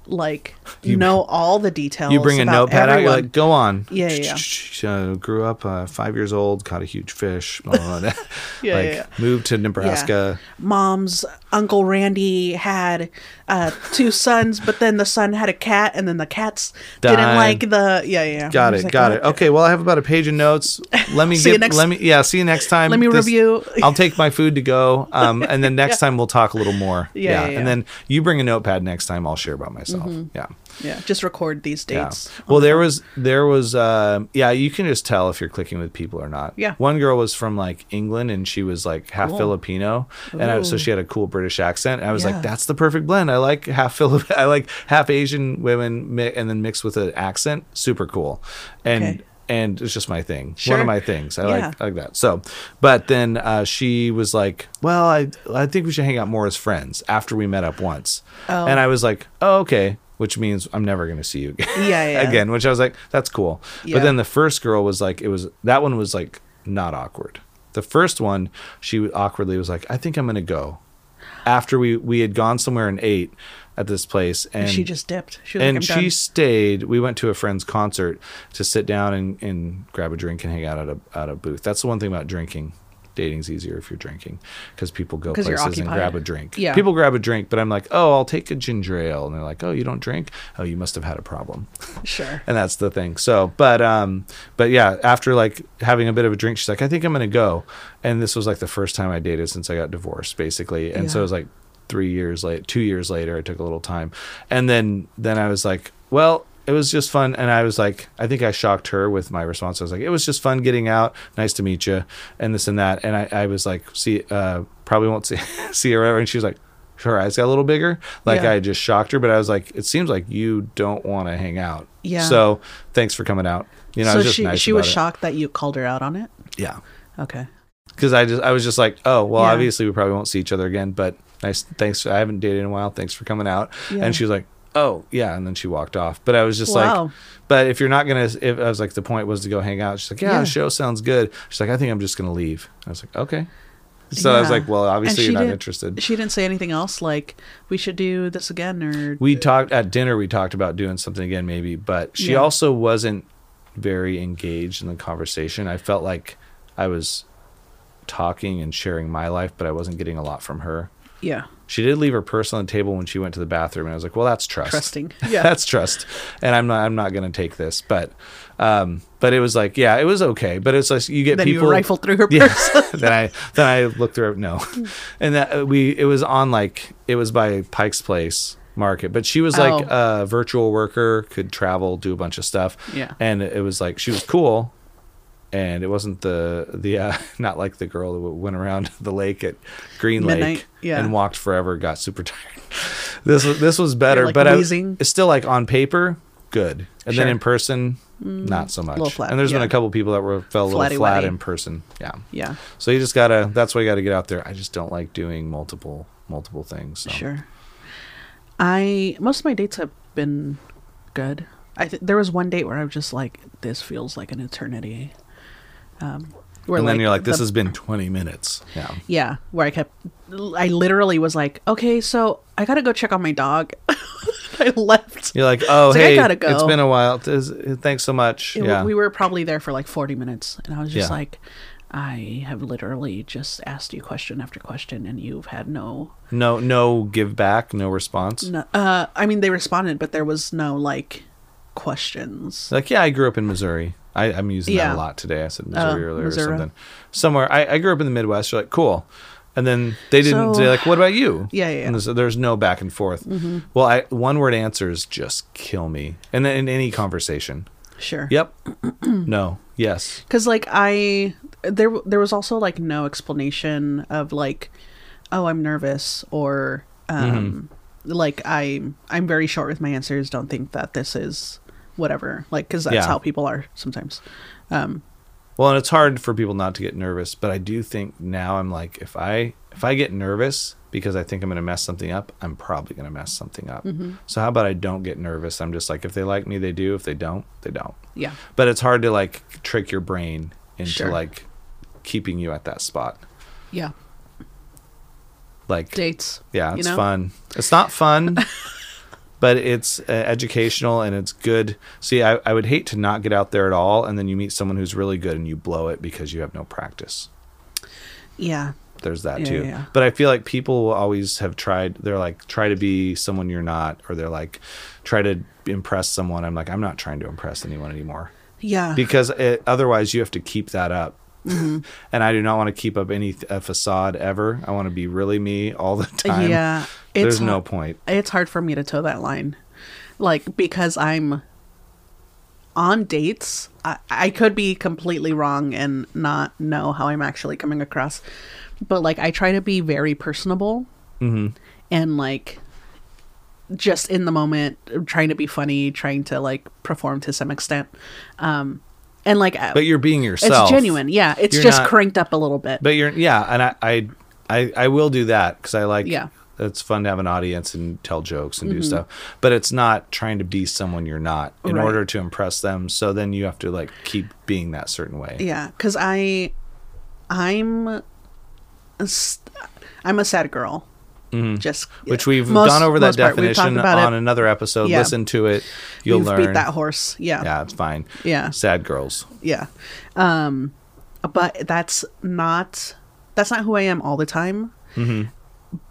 Speaker 2: like
Speaker 1: You-
Speaker 2: know all the details
Speaker 1: You bring a
Speaker 2: about
Speaker 1: notepad out, you're
Speaker 2: everyone.
Speaker 1: like, go on.
Speaker 2: Yeah, yeah,
Speaker 1: *laughs* Uh, grew up uh, five years old, caught a huge fish. Blah, blah, blah.
Speaker 2: *laughs*
Speaker 1: *laughs*
Speaker 2: Yeah,
Speaker 1: like,
Speaker 2: yeah, yeah.
Speaker 1: moved to Nebraska.
Speaker 2: mom's uncle Randy had uh, two sons, but then the son had a cat, and then the cats
Speaker 1: Died.
Speaker 2: didn't like the yeah yeah.
Speaker 1: Got it.
Speaker 2: I was like,
Speaker 1: got
Speaker 2: "Oh,
Speaker 1: it. Okay. Well, I have about a page of
Speaker 2: *laughs*
Speaker 1: notes. Let me
Speaker 2: See you
Speaker 1: get.
Speaker 2: next-
Speaker 1: let me. Yeah. See you next time.
Speaker 2: *laughs* Let me review.
Speaker 1: *laughs* I'll take my food to go. Um, and
Speaker 2: *laughs*
Speaker 1: then next time we'll talk a little more.
Speaker 2: Yeah, yeah, yeah. Mm-hmm.
Speaker 1: And then you bring a notepad next time. I'll share about myself. Yeah.
Speaker 2: Yeah, just record these
Speaker 1: Yeah.
Speaker 2: dates.
Speaker 1: Well, there was there was um yeah. You can just tell if you're clicking with people or not.
Speaker 2: Yeah.
Speaker 1: One girl was from like England and she was like half
Speaker 2: Cool.
Speaker 1: Filipino, and I, so
Speaker 2: Ooh.
Speaker 1: she had a cool British accent. And I was
Speaker 2: Yeah.
Speaker 1: like, that's the perfect blend. I like half Filip, *laughs* I like half Asian women, mi- and then mixed with an accent. Super cool. And
Speaker 2: Okay.
Speaker 1: and it's just my thing. One
Speaker 2: Sure.
Speaker 1: of my things. I
Speaker 2: Yeah.
Speaker 1: like I like that. So, but then uh, she was like, well, I I think we should hang out more as friends after we met up once.
Speaker 2: Oh.
Speaker 1: And I was like, oh, okay. Which means I'm never going to see you again
Speaker 2: Yeah, yeah.
Speaker 1: again, which I was like, that's cool.
Speaker 2: Yeah.
Speaker 1: But then the first girl was like, it was that one was like not awkward. The first one, she awkwardly was like, I think I'm gonna go. After we we had gone somewhere and ate at this place, and
Speaker 2: she just dipped. She was
Speaker 1: and
Speaker 2: like, I'm
Speaker 1: she
Speaker 2: done.
Speaker 1: stayed. We went to a friend's concert to sit down and, and grab a drink and hang out at a at a booth. That's the one thing about drinking. Dating's easier if you're drinking because people go
Speaker 2: 'Cause you're
Speaker 1: places and
Speaker 2: occupied.
Speaker 1: grab a drink.
Speaker 2: Yeah.
Speaker 1: People grab a drink, but I'm like, oh, I'll take a ginger ale. And they're like, oh, you don't drink? Oh, you must have had a problem
Speaker 2: Sure.
Speaker 1: and that's the thing so but um but yeah after like having a bit of a drink she's like i think i'm gonna go and this was like the first time i dated since i got divorced basically and so
Speaker 2: Yeah.
Speaker 1: it was like three years late two years later i took a little time and then then i was like well it was just fun and i was like i think i shocked her with my response i was like it was just fun getting out nice to meet you and this and that and i, I was like see uh probably won't *laughs* see see her ever and she was like her eyes got a little bigger like
Speaker 2: Yeah.
Speaker 1: i just shocked her but i was like it seems like you don't want to hang out
Speaker 2: Yeah.
Speaker 1: so thanks for coming out. You know, I
Speaker 2: so
Speaker 1: was just
Speaker 2: she
Speaker 1: nice
Speaker 2: she was
Speaker 1: about it.
Speaker 2: shocked that you called her out on it.
Speaker 1: Yeah,
Speaker 2: Okay.
Speaker 1: because I just I was just like, oh well,
Speaker 2: Yeah.
Speaker 1: obviously we probably won't see each other again, but nice. Thanks. I haven't dated in a while. Thanks for coming out.
Speaker 2: Yeah.
Speaker 1: And she was like, oh yeah and then she walked off but i was just
Speaker 2: Wow.
Speaker 1: like but if you're not gonna if i was like the point was to go hang out she's like yeah,
Speaker 2: Yeah.
Speaker 1: the show sounds good she's like i think i'm just gonna leave i was like okay so i was
Speaker 2: Yeah.
Speaker 1: like well obviously
Speaker 2: And
Speaker 1: you're
Speaker 2: she
Speaker 1: not
Speaker 2: did-
Speaker 1: interested
Speaker 2: She didn't say anything else like we should do this again or
Speaker 1: we talked at dinner we talked about doing something again maybe but she
Speaker 2: Yeah.
Speaker 1: also wasn't very engaged in the conversation i felt like i was talking and sharing my life but i wasn't getting a lot from her
Speaker 2: yeah
Speaker 1: she did leave her purse on the table when she went to the bathroom and i was like well that's trust *laughs*
Speaker 2: trusting yeah
Speaker 1: that's trust and i'm not i'm not gonna take this but um but it was like yeah it was okay but it's like you get
Speaker 2: then
Speaker 1: people
Speaker 2: you rifle through her
Speaker 1: yeah.
Speaker 2: purse
Speaker 1: *laughs* then I then I looked through.
Speaker 2: *laughs*
Speaker 1: No, and that uh, we it was on like it was by Pike's Place Market, but she was like a virtual worker, could travel, do a bunch of stuff.
Speaker 2: Oh. Yeah.
Speaker 1: and it was like she was cool, and it wasn't the the uh, *laughs* not like the girl that went around *laughs* the lake at Green
Speaker 2: Midnight,
Speaker 1: Lake
Speaker 2: yeah.
Speaker 1: and walked forever, got super tired. *laughs* This was this was better,
Speaker 2: like,
Speaker 1: but I,
Speaker 2: wheezing.
Speaker 1: it's still like on paper good, and
Speaker 2: Sure. Mm,
Speaker 1: then in person. Not so much.
Speaker 2: little flat,
Speaker 1: and there's been
Speaker 2: yeah.
Speaker 1: a couple people that were fell a little
Speaker 2: Flatty
Speaker 1: flat
Speaker 2: watty.
Speaker 1: in person. Yeah.
Speaker 2: yeah
Speaker 1: So you just gotta. That's why you gotta get out there. I just don't like doing multiple multiple things. So.
Speaker 2: Sure. I most of my dates have been good. I th- there was one date where I was just like, this feels like an eternity. Um, where
Speaker 1: And then you're like, this
Speaker 2: the-
Speaker 1: has been 20 minutes. Yeah.
Speaker 2: yeah. Where I kept, I literally was like, okay, so I gotta go check on my dog. *laughs* I left.
Speaker 1: You're like, oh
Speaker 2: It's like, I
Speaker 1: hey,
Speaker 2: gotta go.
Speaker 1: it's been a while. Tis- Thanks so much.
Speaker 2: It-
Speaker 1: yeah.
Speaker 2: We were probably there for like 40 minutes, and I was just
Speaker 1: Yeah.
Speaker 2: like, I have literally just asked you question after question, and you've had no
Speaker 1: no no give back, no response.
Speaker 2: No, uh, I mean they responded, but there was no like questions.
Speaker 1: Like yeah, I grew up in Missouri. I, I'm using
Speaker 2: Yeah.
Speaker 1: that a lot today. I said Missouri
Speaker 2: Oh,
Speaker 1: earlier
Speaker 2: Missouri.
Speaker 1: or something. Somewhere I, I grew up in the Midwest. You're like cool, and then they didn't.
Speaker 2: So-
Speaker 1: they're like, what about you?
Speaker 2: Yeah, yeah, Mm-hmm. yeah.
Speaker 1: And so there's no back and forth. Well, I, one word answers just kill me, and then in any conversation.
Speaker 2: Sure.
Speaker 1: Yep. *clears throat* no. Yes.
Speaker 2: Because like I there there was also like no explanation of like, oh I'm nervous or um
Speaker 1: Mm-hmm.
Speaker 2: like I I'm very short with my answers. Don't think that this is whatever. Like because that's
Speaker 1: Yeah.
Speaker 2: how people are sometimes.
Speaker 1: Well, and it's hard for people not to get nervous, but I do think now I'm like if I if I get nervous because I think I'm going to mess something up, I'm probably going to mess something up. So how about I don't get nervous? I'm just like if they like me, they do. If they don't, they don't.
Speaker 2: Yeah.
Speaker 1: But it's hard to like trick your brain into
Speaker 2: Sure.
Speaker 1: like keeping you at that spot.
Speaker 2: Yeah.
Speaker 1: Like
Speaker 2: Dates.
Speaker 1: yeah,
Speaker 2: you
Speaker 1: it's
Speaker 2: know?
Speaker 1: fun. It's not fun, *laughs* but it's uh, educational and it's good. See, I, I would hate to not get out there at all, and then you meet someone who's really good and you blow it because you have no practice.
Speaker 2: Yeah.
Speaker 1: there's that
Speaker 2: Yeah,
Speaker 1: too.
Speaker 2: yeah, yeah.
Speaker 1: But I feel like people will always have tried. They're like try to be someone you're not, or they're like try to impress someone. I'm like I'm not trying to impress anyone anymore
Speaker 2: Yeah.
Speaker 1: because it, otherwise you have to keep that up.
Speaker 2: Mm-hmm.
Speaker 1: *laughs* and I do not want to keep up any th- a facade ever. I want to be really me all the time.
Speaker 2: Yeah, it's
Speaker 1: there's no
Speaker 2: hard-
Speaker 1: point.
Speaker 2: it's hard for me to toe that line like because i'm on dates I, I could be completely wrong and not know how i'm actually coming across but like i try to be very personable
Speaker 1: Mm-hmm.
Speaker 2: and like just in the moment trying to be funny trying to like perform to some extent um and like I-
Speaker 1: But you're being
Speaker 2: it's
Speaker 1: yourself.
Speaker 2: genuine yeah it's
Speaker 1: You're
Speaker 2: just
Speaker 1: not-
Speaker 2: cranked up a little bit
Speaker 1: But you're yeah, and I I I, I will do that because I like
Speaker 2: Yeah. Mm-hmm.
Speaker 1: It's fun to have an audience and tell jokes and do stuff, but it's not trying to be someone you're not in
Speaker 2: Right.
Speaker 1: order to impress them. So then you have to like keep being that certain way.
Speaker 2: Yeah, because I, I'm, a s- I'm a sad girl. Just
Speaker 1: Mm-hmm. Which we've
Speaker 2: most-
Speaker 1: gone over that
Speaker 2: most part, we've talked
Speaker 1: definition
Speaker 2: about
Speaker 1: on
Speaker 2: it.
Speaker 1: another episode.
Speaker 2: Yeah.
Speaker 1: Listen to it, you'll
Speaker 2: We've
Speaker 1: learn.
Speaker 2: beat that horse. Yeah,
Speaker 1: yeah, it's fine.
Speaker 2: Yeah.
Speaker 1: sad girls.
Speaker 2: yeah. Um, but that's not that's not who I am all the time.
Speaker 1: Mm-hmm.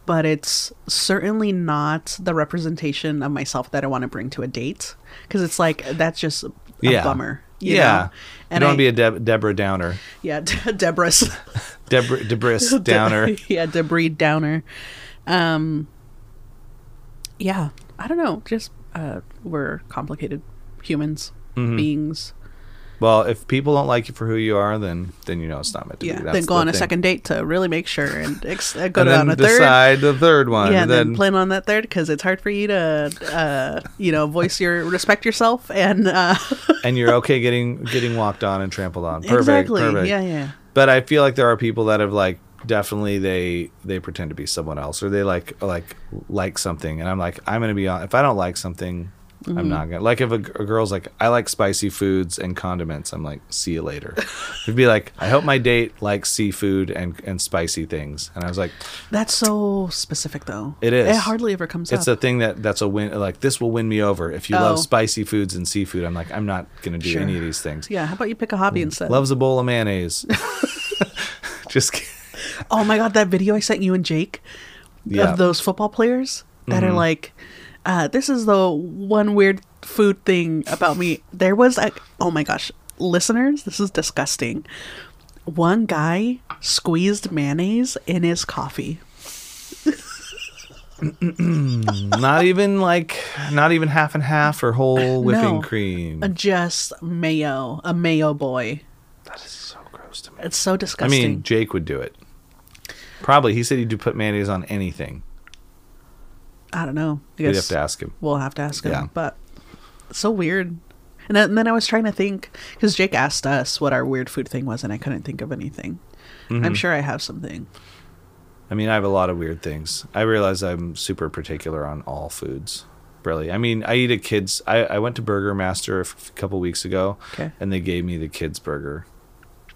Speaker 2: But it's certainly not the representation of myself that I want to bring to a date because it's like that's just a
Speaker 1: yeah,
Speaker 2: bummer. you
Speaker 1: Yeah,
Speaker 2: know? and
Speaker 1: you don't
Speaker 2: I,
Speaker 1: want to be a Deb Deborah Downer,
Speaker 2: yeah, *laughs* Deborah's
Speaker 1: Deborah
Speaker 2: *laughs*
Speaker 1: Debris Downer.
Speaker 2: yeah, debris downer. Um Yeah. I don't know. Just uh we're complicated humans,
Speaker 1: Mm-hmm.
Speaker 2: beings.
Speaker 1: Well, if people don't like you for who you are, then then you know it's not meant to
Speaker 2: Yeah.
Speaker 1: be.
Speaker 2: then
Speaker 1: That's
Speaker 2: go
Speaker 1: the
Speaker 2: on a
Speaker 1: thing.
Speaker 2: second date to really make sure and ex- uh, go
Speaker 1: and
Speaker 2: on
Speaker 1: then
Speaker 2: a third.
Speaker 1: decide the third one.
Speaker 2: Yeah, and then,
Speaker 1: then
Speaker 2: plan on that third because it's hard for you to, uh, you know, voice your respect yourself and uh, *laughs*
Speaker 1: and you're okay getting getting walked on and trampled on. Perfect.
Speaker 2: exactly,
Speaker 1: Perfect.
Speaker 2: yeah, yeah,
Speaker 1: But I feel like there are people that have like definitely they they pretend to be someone else or they like like like something and i'm like i'm gonna be on if i don't like something
Speaker 2: Mm-hmm.
Speaker 1: i'm not gonna like if a, g- a girl's like i like spicy foods and condiments i'm like see you
Speaker 2: *laughs*
Speaker 1: later it'd be like i hope my date likes seafood and and spicy things and i was like
Speaker 2: That's so specific, though.
Speaker 1: It is.
Speaker 2: It hardly ever comes
Speaker 1: it's
Speaker 2: up.
Speaker 1: a thing that that's a win like this will win me over if you
Speaker 2: Oh.
Speaker 1: love spicy foods and seafood i'm like i'm not gonna do
Speaker 2: Sure.
Speaker 1: any of these things
Speaker 2: yeah. How about you pick a hobby instead?
Speaker 1: loves a bowl of
Speaker 2: *laughs*
Speaker 1: mayonnaise *laughs* just kidding.
Speaker 2: Oh my god, that video I sent you and Jake
Speaker 1: Yeah. Mm-hmm.
Speaker 2: of those football players that are like, uh, this is the one weird food thing about me. There was a oh my gosh, listeners, this is disgusting. One guy squeezed mayonnaise in his coffee.
Speaker 1: not even like not even half and half or whole whipping
Speaker 2: No.
Speaker 1: cream
Speaker 2: Uh, Just mayo, a mayo boy.
Speaker 1: that is so gross to me
Speaker 2: It's so
Speaker 1: i
Speaker 2: disgusting.
Speaker 1: mean jake would do it probably he said he'd do put mayonnaise on anything
Speaker 2: I don't know. I
Speaker 1: we'd
Speaker 2: guess-
Speaker 1: have to ask him
Speaker 2: We'll have to ask him.
Speaker 1: Yeah.
Speaker 2: But it's so weird. And then, and then I was trying to think because Jake asked us what our weird food thing was, and I couldn't think of anything.
Speaker 1: Mm-hmm.
Speaker 2: I'm sure I have something.
Speaker 1: i mean i have a lot of weird things i realize i'm super particular on all foods really i mean i eat a kids i, I went to burger master a f- couple weeks ago
Speaker 2: Okay.
Speaker 1: and they gave me the kids burger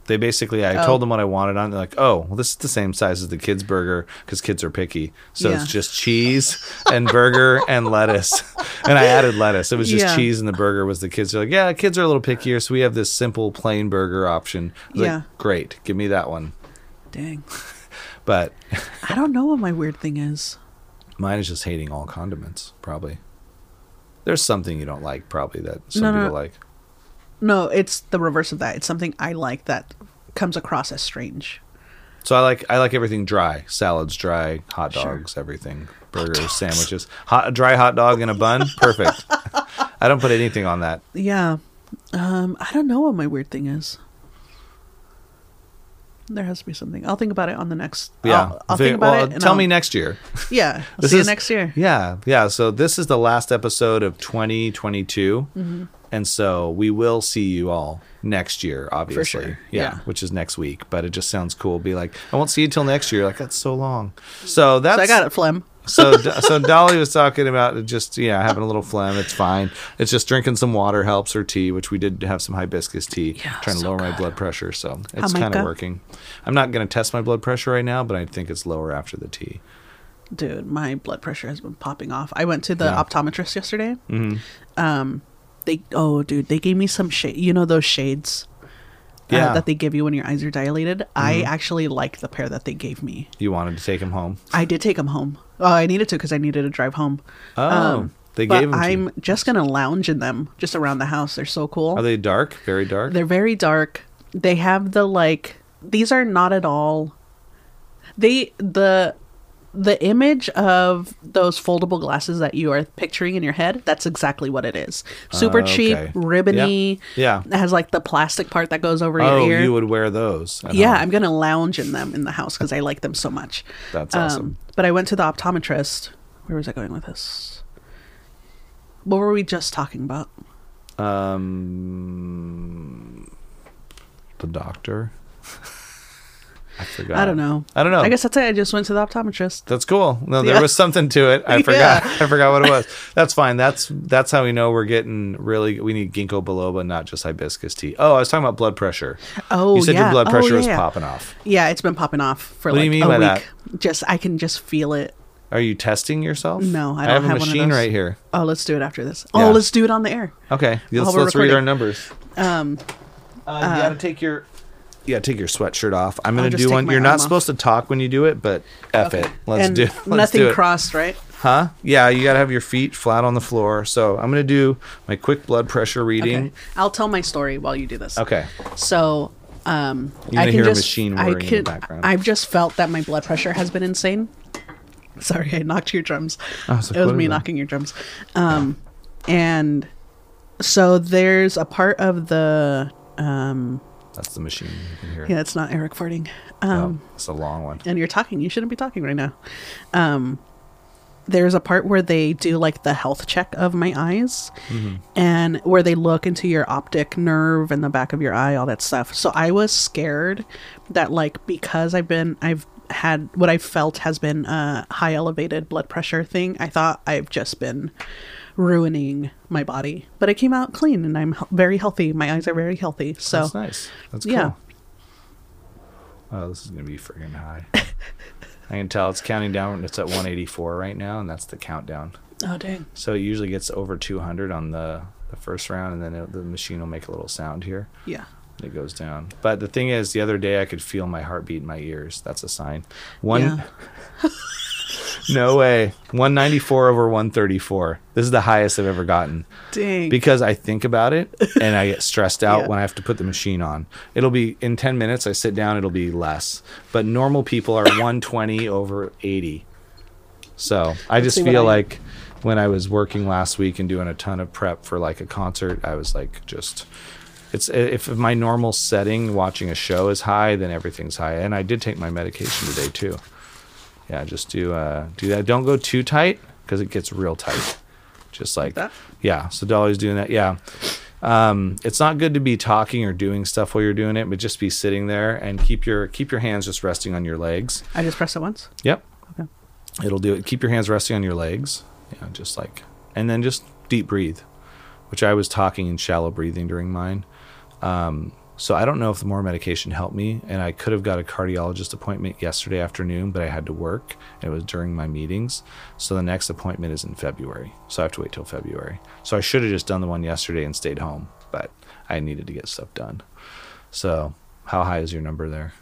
Speaker 1: they basically i
Speaker 2: Oh.
Speaker 1: told them what i wanted on they're like oh well this is the same size as the kids burger because kids are picky so
Speaker 2: Yeah.
Speaker 1: it's just cheese and burger and lettuce *laughs* and i added lettuce it was just
Speaker 2: Yeah.
Speaker 1: cheese and the burger was the kids are like yeah kids are a little pickier so we have this simple plain burger option I was
Speaker 2: Yeah.
Speaker 1: like great give me that one
Speaker 2: Dang.
Speaker 1: but
Speaker 2: I don't know what my weird thing is.
Speaker 1: mine is just hating all condiments probably there's something you don't like probably that some
Speaker 2: No, no.
Speaker 1: people like
Speaker 2: No, it's the reverse of that. It's something I like that comes across as strange.
Speaker 1: So I like I like everything dry. Salads dry, hot
Speaker 2: Sure.
Speaker 1: dogs, everything. Burgers, sandwiches. Hot dry hot dog in a bun, perfect.
Speaker 2: *laughs*
Speaker 1: I don't put anything on that.
Speaker 2: Yeah. Um, I don't know what my weird thing is. There has to be something. I'll think about it on the next.
Speaker 1: Yeah.
Speaker 2: I'll, I'll
Speaker 1: Fi-
Speaker 2: think about
Speaker 1: well,
Speaker 2: it. and
Speaker 1: tell
Speaker 2: I'll-
Speaker 1: me next year.
Speaker 2: Yeah. I'll
Speaker 1: This
Speaker 2: see
Speaker 1: is-
Speaker 2: you next year.
Speaker 1: Yeah. Yeah, so this is the last episode of 2022.
Speaker 2: Mm-hmm.
Speaker 1: And so we will see you all next year, obviously.
Speaker 2: sure.
Speaker 1: Yeah,
Speaker 2: Yeah.
Speaker 1: which is next week, but it just sounds cool. Be like, I won't see you till next year. Like that's so long. So that's
Speaker 2: So I got it, Flem.
Speaker 1: So, so Dolly was talking about just yeah having a little phlegm. It's fine. It's just drinking some water helps or tea, which we did have some hibiscus tea,
Speaker 2: Yeah,
Speaker 1: trying
Speaker 2: so
Speaker 1: to lower my blood pressure. So
Speaker 2: Oh
Speaker 1: it's
Speaker 2: my
Speaker 1: kind
Speaker 2: God.
Speaker 1: of working. I'm not going to test my blood pressure right now, but I think it's lower after the tea.
Speaker 2: dude my blood pressure has been popping off i went to the
Speaker 1: Yeah. Mm-hmm.
Speaker 2: optometrist yesterday um they oh dude they gave me some shade you know those shades uh,
Speaker 1: Yeah. Mm-hmm.
Speaker 2: that they give you when your eyes are dilated i actually like the pair that they gave me
Speaker 1: You wanted to take him home.
Speaker 2: i did take them home oh i needed to because i needed to drive home Um,
Speaker 1: Oh, they
Speaker 2: but
Speaker 1: gave them. to
Speaker 2: i'm
Speaker 1: you.
Speaker 2: just gonna lounge in them just around the house they're so cool
Speaker 1: Are they dark? Very dark.
Speaker 2: they're very dark. They have the like these are not at all they the the image of those foldable glasses that you are picturing in your head, that's exactly what it is. Super
Speaker 1: Oh,
Speaker 2: cheap,
Speaker 1: okay.
Speaker 2: ribbony.
Speaker 1: Yeah.
Speaker 2: It has like the plastic part that goes over
Speaker 1: oh,
Speaker 2: your ear.
Speaker 1: you would uh-huh. wear those. at
Speaker 2: yeah,
Speaker 1: home.
Speaker 2: I'm gonna lounge in them in the house because I like them so much.
Speaker 1: That's
Speaker 2: Um,
Speaker 1: awesome.
Speaker 2: but I went to the optometrist. Where was I going with this? What were we just talking about?
Speaker 1: Um, The doctor. I forgot.
Speaker 2: I don't know.
Speaker 1: I don't know.
Speaker 2: I guess that's it. I just went to the optometrist.
Speaker 1: That's cool. No, there
Speaker 2: Yeah.
Speaker 1: was something to it. I
Speaker 2: *laughs* Yeah.
Speaker 1: forgot. I forgot what it was. That's fine. That's that's how we know we're getting really. We need ginkgo biloba, not just hibiscus tea. Oh, I was talking about blood pressure.
Speaker 2: Oh,
Speaker 1: you said
Speaker 2: yeah.
Speaker 1: your blood
Speaker 2: Oh,
Speaker 1: pressure
Speaker 2: yeah,
Speaker 1: was
Speaker 2: yeah.
Speaker 1: popping off.
Speaker 2: Yeah, it's been popping off for
Speaker 1: What do
Speaker 2: like
Speaker 1: you mean
Speaker 2: a
Speaker 1: by
Speaker 2: week. Just I can just feel it.
Speaker 1: Are you testing yourself?
Speaker 2: No, I
Speaker 1: have,
Speaker 2: don't have
Speaker 1: a
Speaker 2: one of
Speaker 1: machine
Speaker 2: those.
Speaker 1: right here.
Speaker 2: Oh, let's do it after this.
Speaker 1: Yeah.
Speaker 2: Oh, let's do it on the air.
Speaker 1: Okay, let's,
Speaker 2: we're
Speaker 1: let's read our
Speaker 2: recording.
Speaker 1: numbers.
Speaker 2: Um,
Speaker 1: Uh, you gotta take your. Yeah, take your sweatshirt off. I'm gonna
Speaker 2: just
Speaker 1: do
Speaker 2: take
Speaker 1: one.
Speaker 2: my
Speaker 1: You're not
Speaker 2: arm off.
Speaker 1: supposed to talk when you do it, but f it. *laughs* Let's
Speaker 2: and
Speaker 1: do. Let's
Speaker 2: nothing
Speaker 1: do it.
Speaker 2: crossed, right?
Speaker 1: Huh? Yeah, you gotta have your feet flat on the floor. So I'm gonna do my quick blood pressure reading.
Speaker 2: Okay. I'll tell my story while you do this.
Speaker 1: Okay.
Speaker 2: So, um,
Speaker 1: You're
Speaker 2: I
Speaker 1: gonna
Speaker 2: can
Speaker 1: hear a
Speaker 2: just,
Speaker 1: machine
Speaker 2: I
Speaker 1: whirring in the
Speaker 2: can-
Speaker 1: background.
Speaker 2: I've just felt that my blood pressure has been insane. Sorry, I knocked your drums.
Speaker 1: I was like,
Speaker 2: it was
Speaker 1: what
Speaker 2: me
Speaker 1: is that?
Speaker 2: knocking your drums. Um, and so there's a part of the um,
Speaker 1: That's the machine you can hear.
Speaker 2: yeah, it's not Eric farting.
Speaker 1: Um, it's a long one.
Speaker 2: and you're talking you shouldn't be talking right now um there's a part where they do like the health check of my eyes
Speaker 1: Mm-hmm.
Speaker 2: and where they look into your optic nerve and the back of your eye all that stuff so i was scared that like because i've been i've had what I felt has been a high elevated blood pressure thing. I thought I've just been ruining my body, but I came out clean and I'm he- very healthy. My eyes are very healthy. So
Speaker 1: That's nice. That's cool.
Speaker 2: yeah.
Speaker 1: Oh, this is gonna be freaking
Speaker 2: *laughs*
Speaker 1: high. I can tell it's counting down. It's at 184 right now, and that's the countdown.
Speaker 2: Oh dang.
Speaker 1: So it usually gets over 200 on the the first round, and then it, the machine will make a little sound here.
Speaker 2: Yeah.
Speaker 1: It goes down. But the thing is, the other day I could feel my heartbeat in my ears. That's a sign. One.
Speaker 2: Yeah.
Speaker 1: *laughs* no way. 194 over 134. This is the highest I've ever gotten
Speaker 2: Dang.
Speaker 1: because I think about it and I get stressed out
Speaker 2: *laughs* Yeah.
Speaker 1: when I have to put the machine on. It'll be in 10 minutes, I sit down, it'll be less. But normal people
Speaker 2: *coughs*
Speaker 1: are 120 over 80. So I just
Speaker 2: see what
Speaker 1: feel
Speaker 2: I-
Speaker 1: like when I was working last week and doing a ton of prep for like a concert, I was like, just. It's if my normal setting watching a show is high, then everything's high. And I did take my medication today too. Yeah, just do uh, do that. Don't go too tight because it gets real tight. Just like
Speaker 2: that?
Speaker 1: Yeah. So Dolly's doing that. Yeah. Um, it's not good to be talking or doing stuff while you're doing it, but just be sitting there and keep your keep your hands just resting on your legs.
Speaker 2: I just pressed it once.
Speaker 1: Yep.
Speaker 2: Okay.
Speaker 1: It'll do it. Keep your hands resting on your legs. Yeah, just like and then just deep breathe, which I was talking in shallow breathing during mine. Um, So I don't know if the more medication helped me, and I could have got a cardiologist appointment yesterday afternoon, but I had to work, and it was during my meetings. So the next appointment is in February, so I have to wait till February. So I should have just done the one yesterday and stayed home, but I needed to get stuff done. So how high is your number there?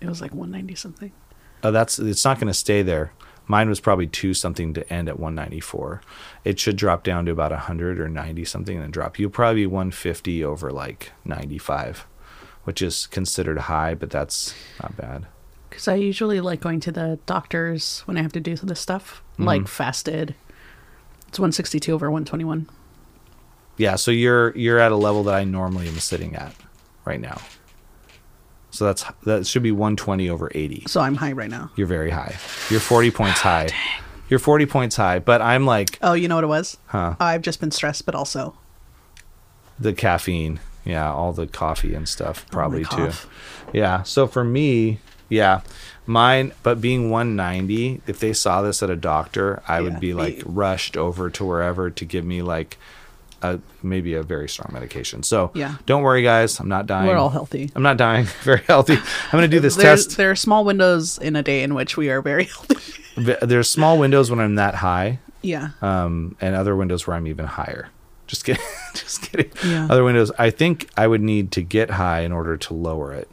Speaker 2: It was like 190 something.
Speaker 1: Oh, that's it's not going to stay there. Mine was probably two something to end at 194. It should drop down to about 100 or 90 something and then drop. You'll probably be 150 over like 95, which is considered high, but that's not bad.
Speaker 2: Because I usually like going to the doctors when I have to do this stuff,
Speaker 1: Mm-hmm.
Speaker 2: like fasted. It's 162 over 121.
Speaker 1: Yeah, so you're you're at a level that I normally am sitting at right now. So that's that should be 120 over 80.
Speaker 2: So I'm high right now.
Speaker 1: You're very high. You're 40 points high. You're 40 points high, but I'm like
Speaker 2: Oh, you know what it was?
Speaker 1: Huh.
Speaker 2: I've just been stressed, but also
Speaker 1: the caffeine yeah all the coffee and stuff probably too
Speaker 2: cough.
Speaker 1: yeah so for me yeah mine but being 190 if they saw this at a doctor i
Speaker 2: Yeah,
Speaker 1: would be
Speaker 2: me-
Speaker 1: like rushed over to wherever to give me like a maybe a very strong medication so
Speaker 2: Yeah.
Speaker 1: don't worry guys i'm not dying
Speaker 2: we're all healthy.
Speaker 1: i'm not dying *laughs* very healthy i'm gonna
Speaker 2: *laughs*
Speaker 1: do this
Speaker 2: There's,
Speaker 1: test
Speaker 2: There are small windows in a day in which we are very *laughs* healthy.
Speaker 1: V- there's small windows when i'm that high
Speaker 2: yeah.
Speaker 1: um, and other windows where I'm even higher. Just kidding. *laughs* Just kidding.
Speaker 2: Yeah.
Speaker 1: Other windows. I think I would need to get high in order to lower it.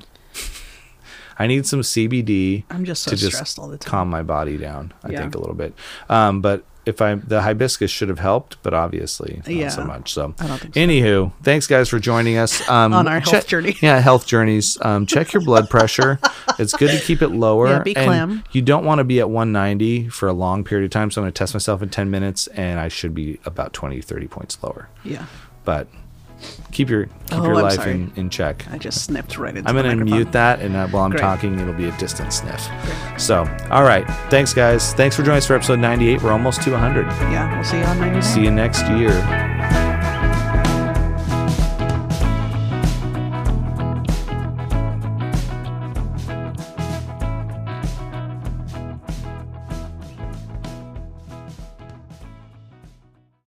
Speaker 1: *laughs* I need some CBD.
Speaker 2: I'm just so
Speaker 1: to just
Speaker 2: stressed all the time.
Speaker 1: Calm my body down. I
Speaker 2: Yeah.
Speaker 1: think a little bit. Um, but if I the hibiscus should have helped, but obviously not
Speaker 2: Yeah.
Speaker 1: so much. So,
Speaker 2: I don't think so.
Speaker 1: anywho, thanks guys for joining us um,
Speaker 2: *laughs* On our health
Speaker 1: check-
Speaker 2: journey.
Speaker 1: *laughs* Yeah, health journeys. Um, check your blood pressure. It's good to keep it lower.
Speaker 2: Yeah, be
Speaker 1: and
Speaker 2: clam.
Speaker 1: you don't want to be at 190 for a long period of time. So I'm going to test myself in 10 minutes and I should be about 20, 30 points lower.
Speaker 2: yeah.
Speaker 1: But keep your keep
Speaker 2: Oh,
Speaker 1: your
Speaker 2: I'm
Speaker 1: life
Speaker 2: sorry.
Speaker 1: in, in check.
Speaker 2: I just snipped right into
Speaker 1: I'm
Speaker 2: the
Speaker 1: going to
Speaker 2: microphone.
Speaker 1: mute that and uh, while I'm
Speaker 2: Great.
Speaker 1: talking, it'll be a distant sniff. So, all right. Thanks, guys. Thanks for joining us for episode 98. We're almost to 100.
Speaker 2: Yeah. We'll see you on 99.
Speaker 1: See you next year.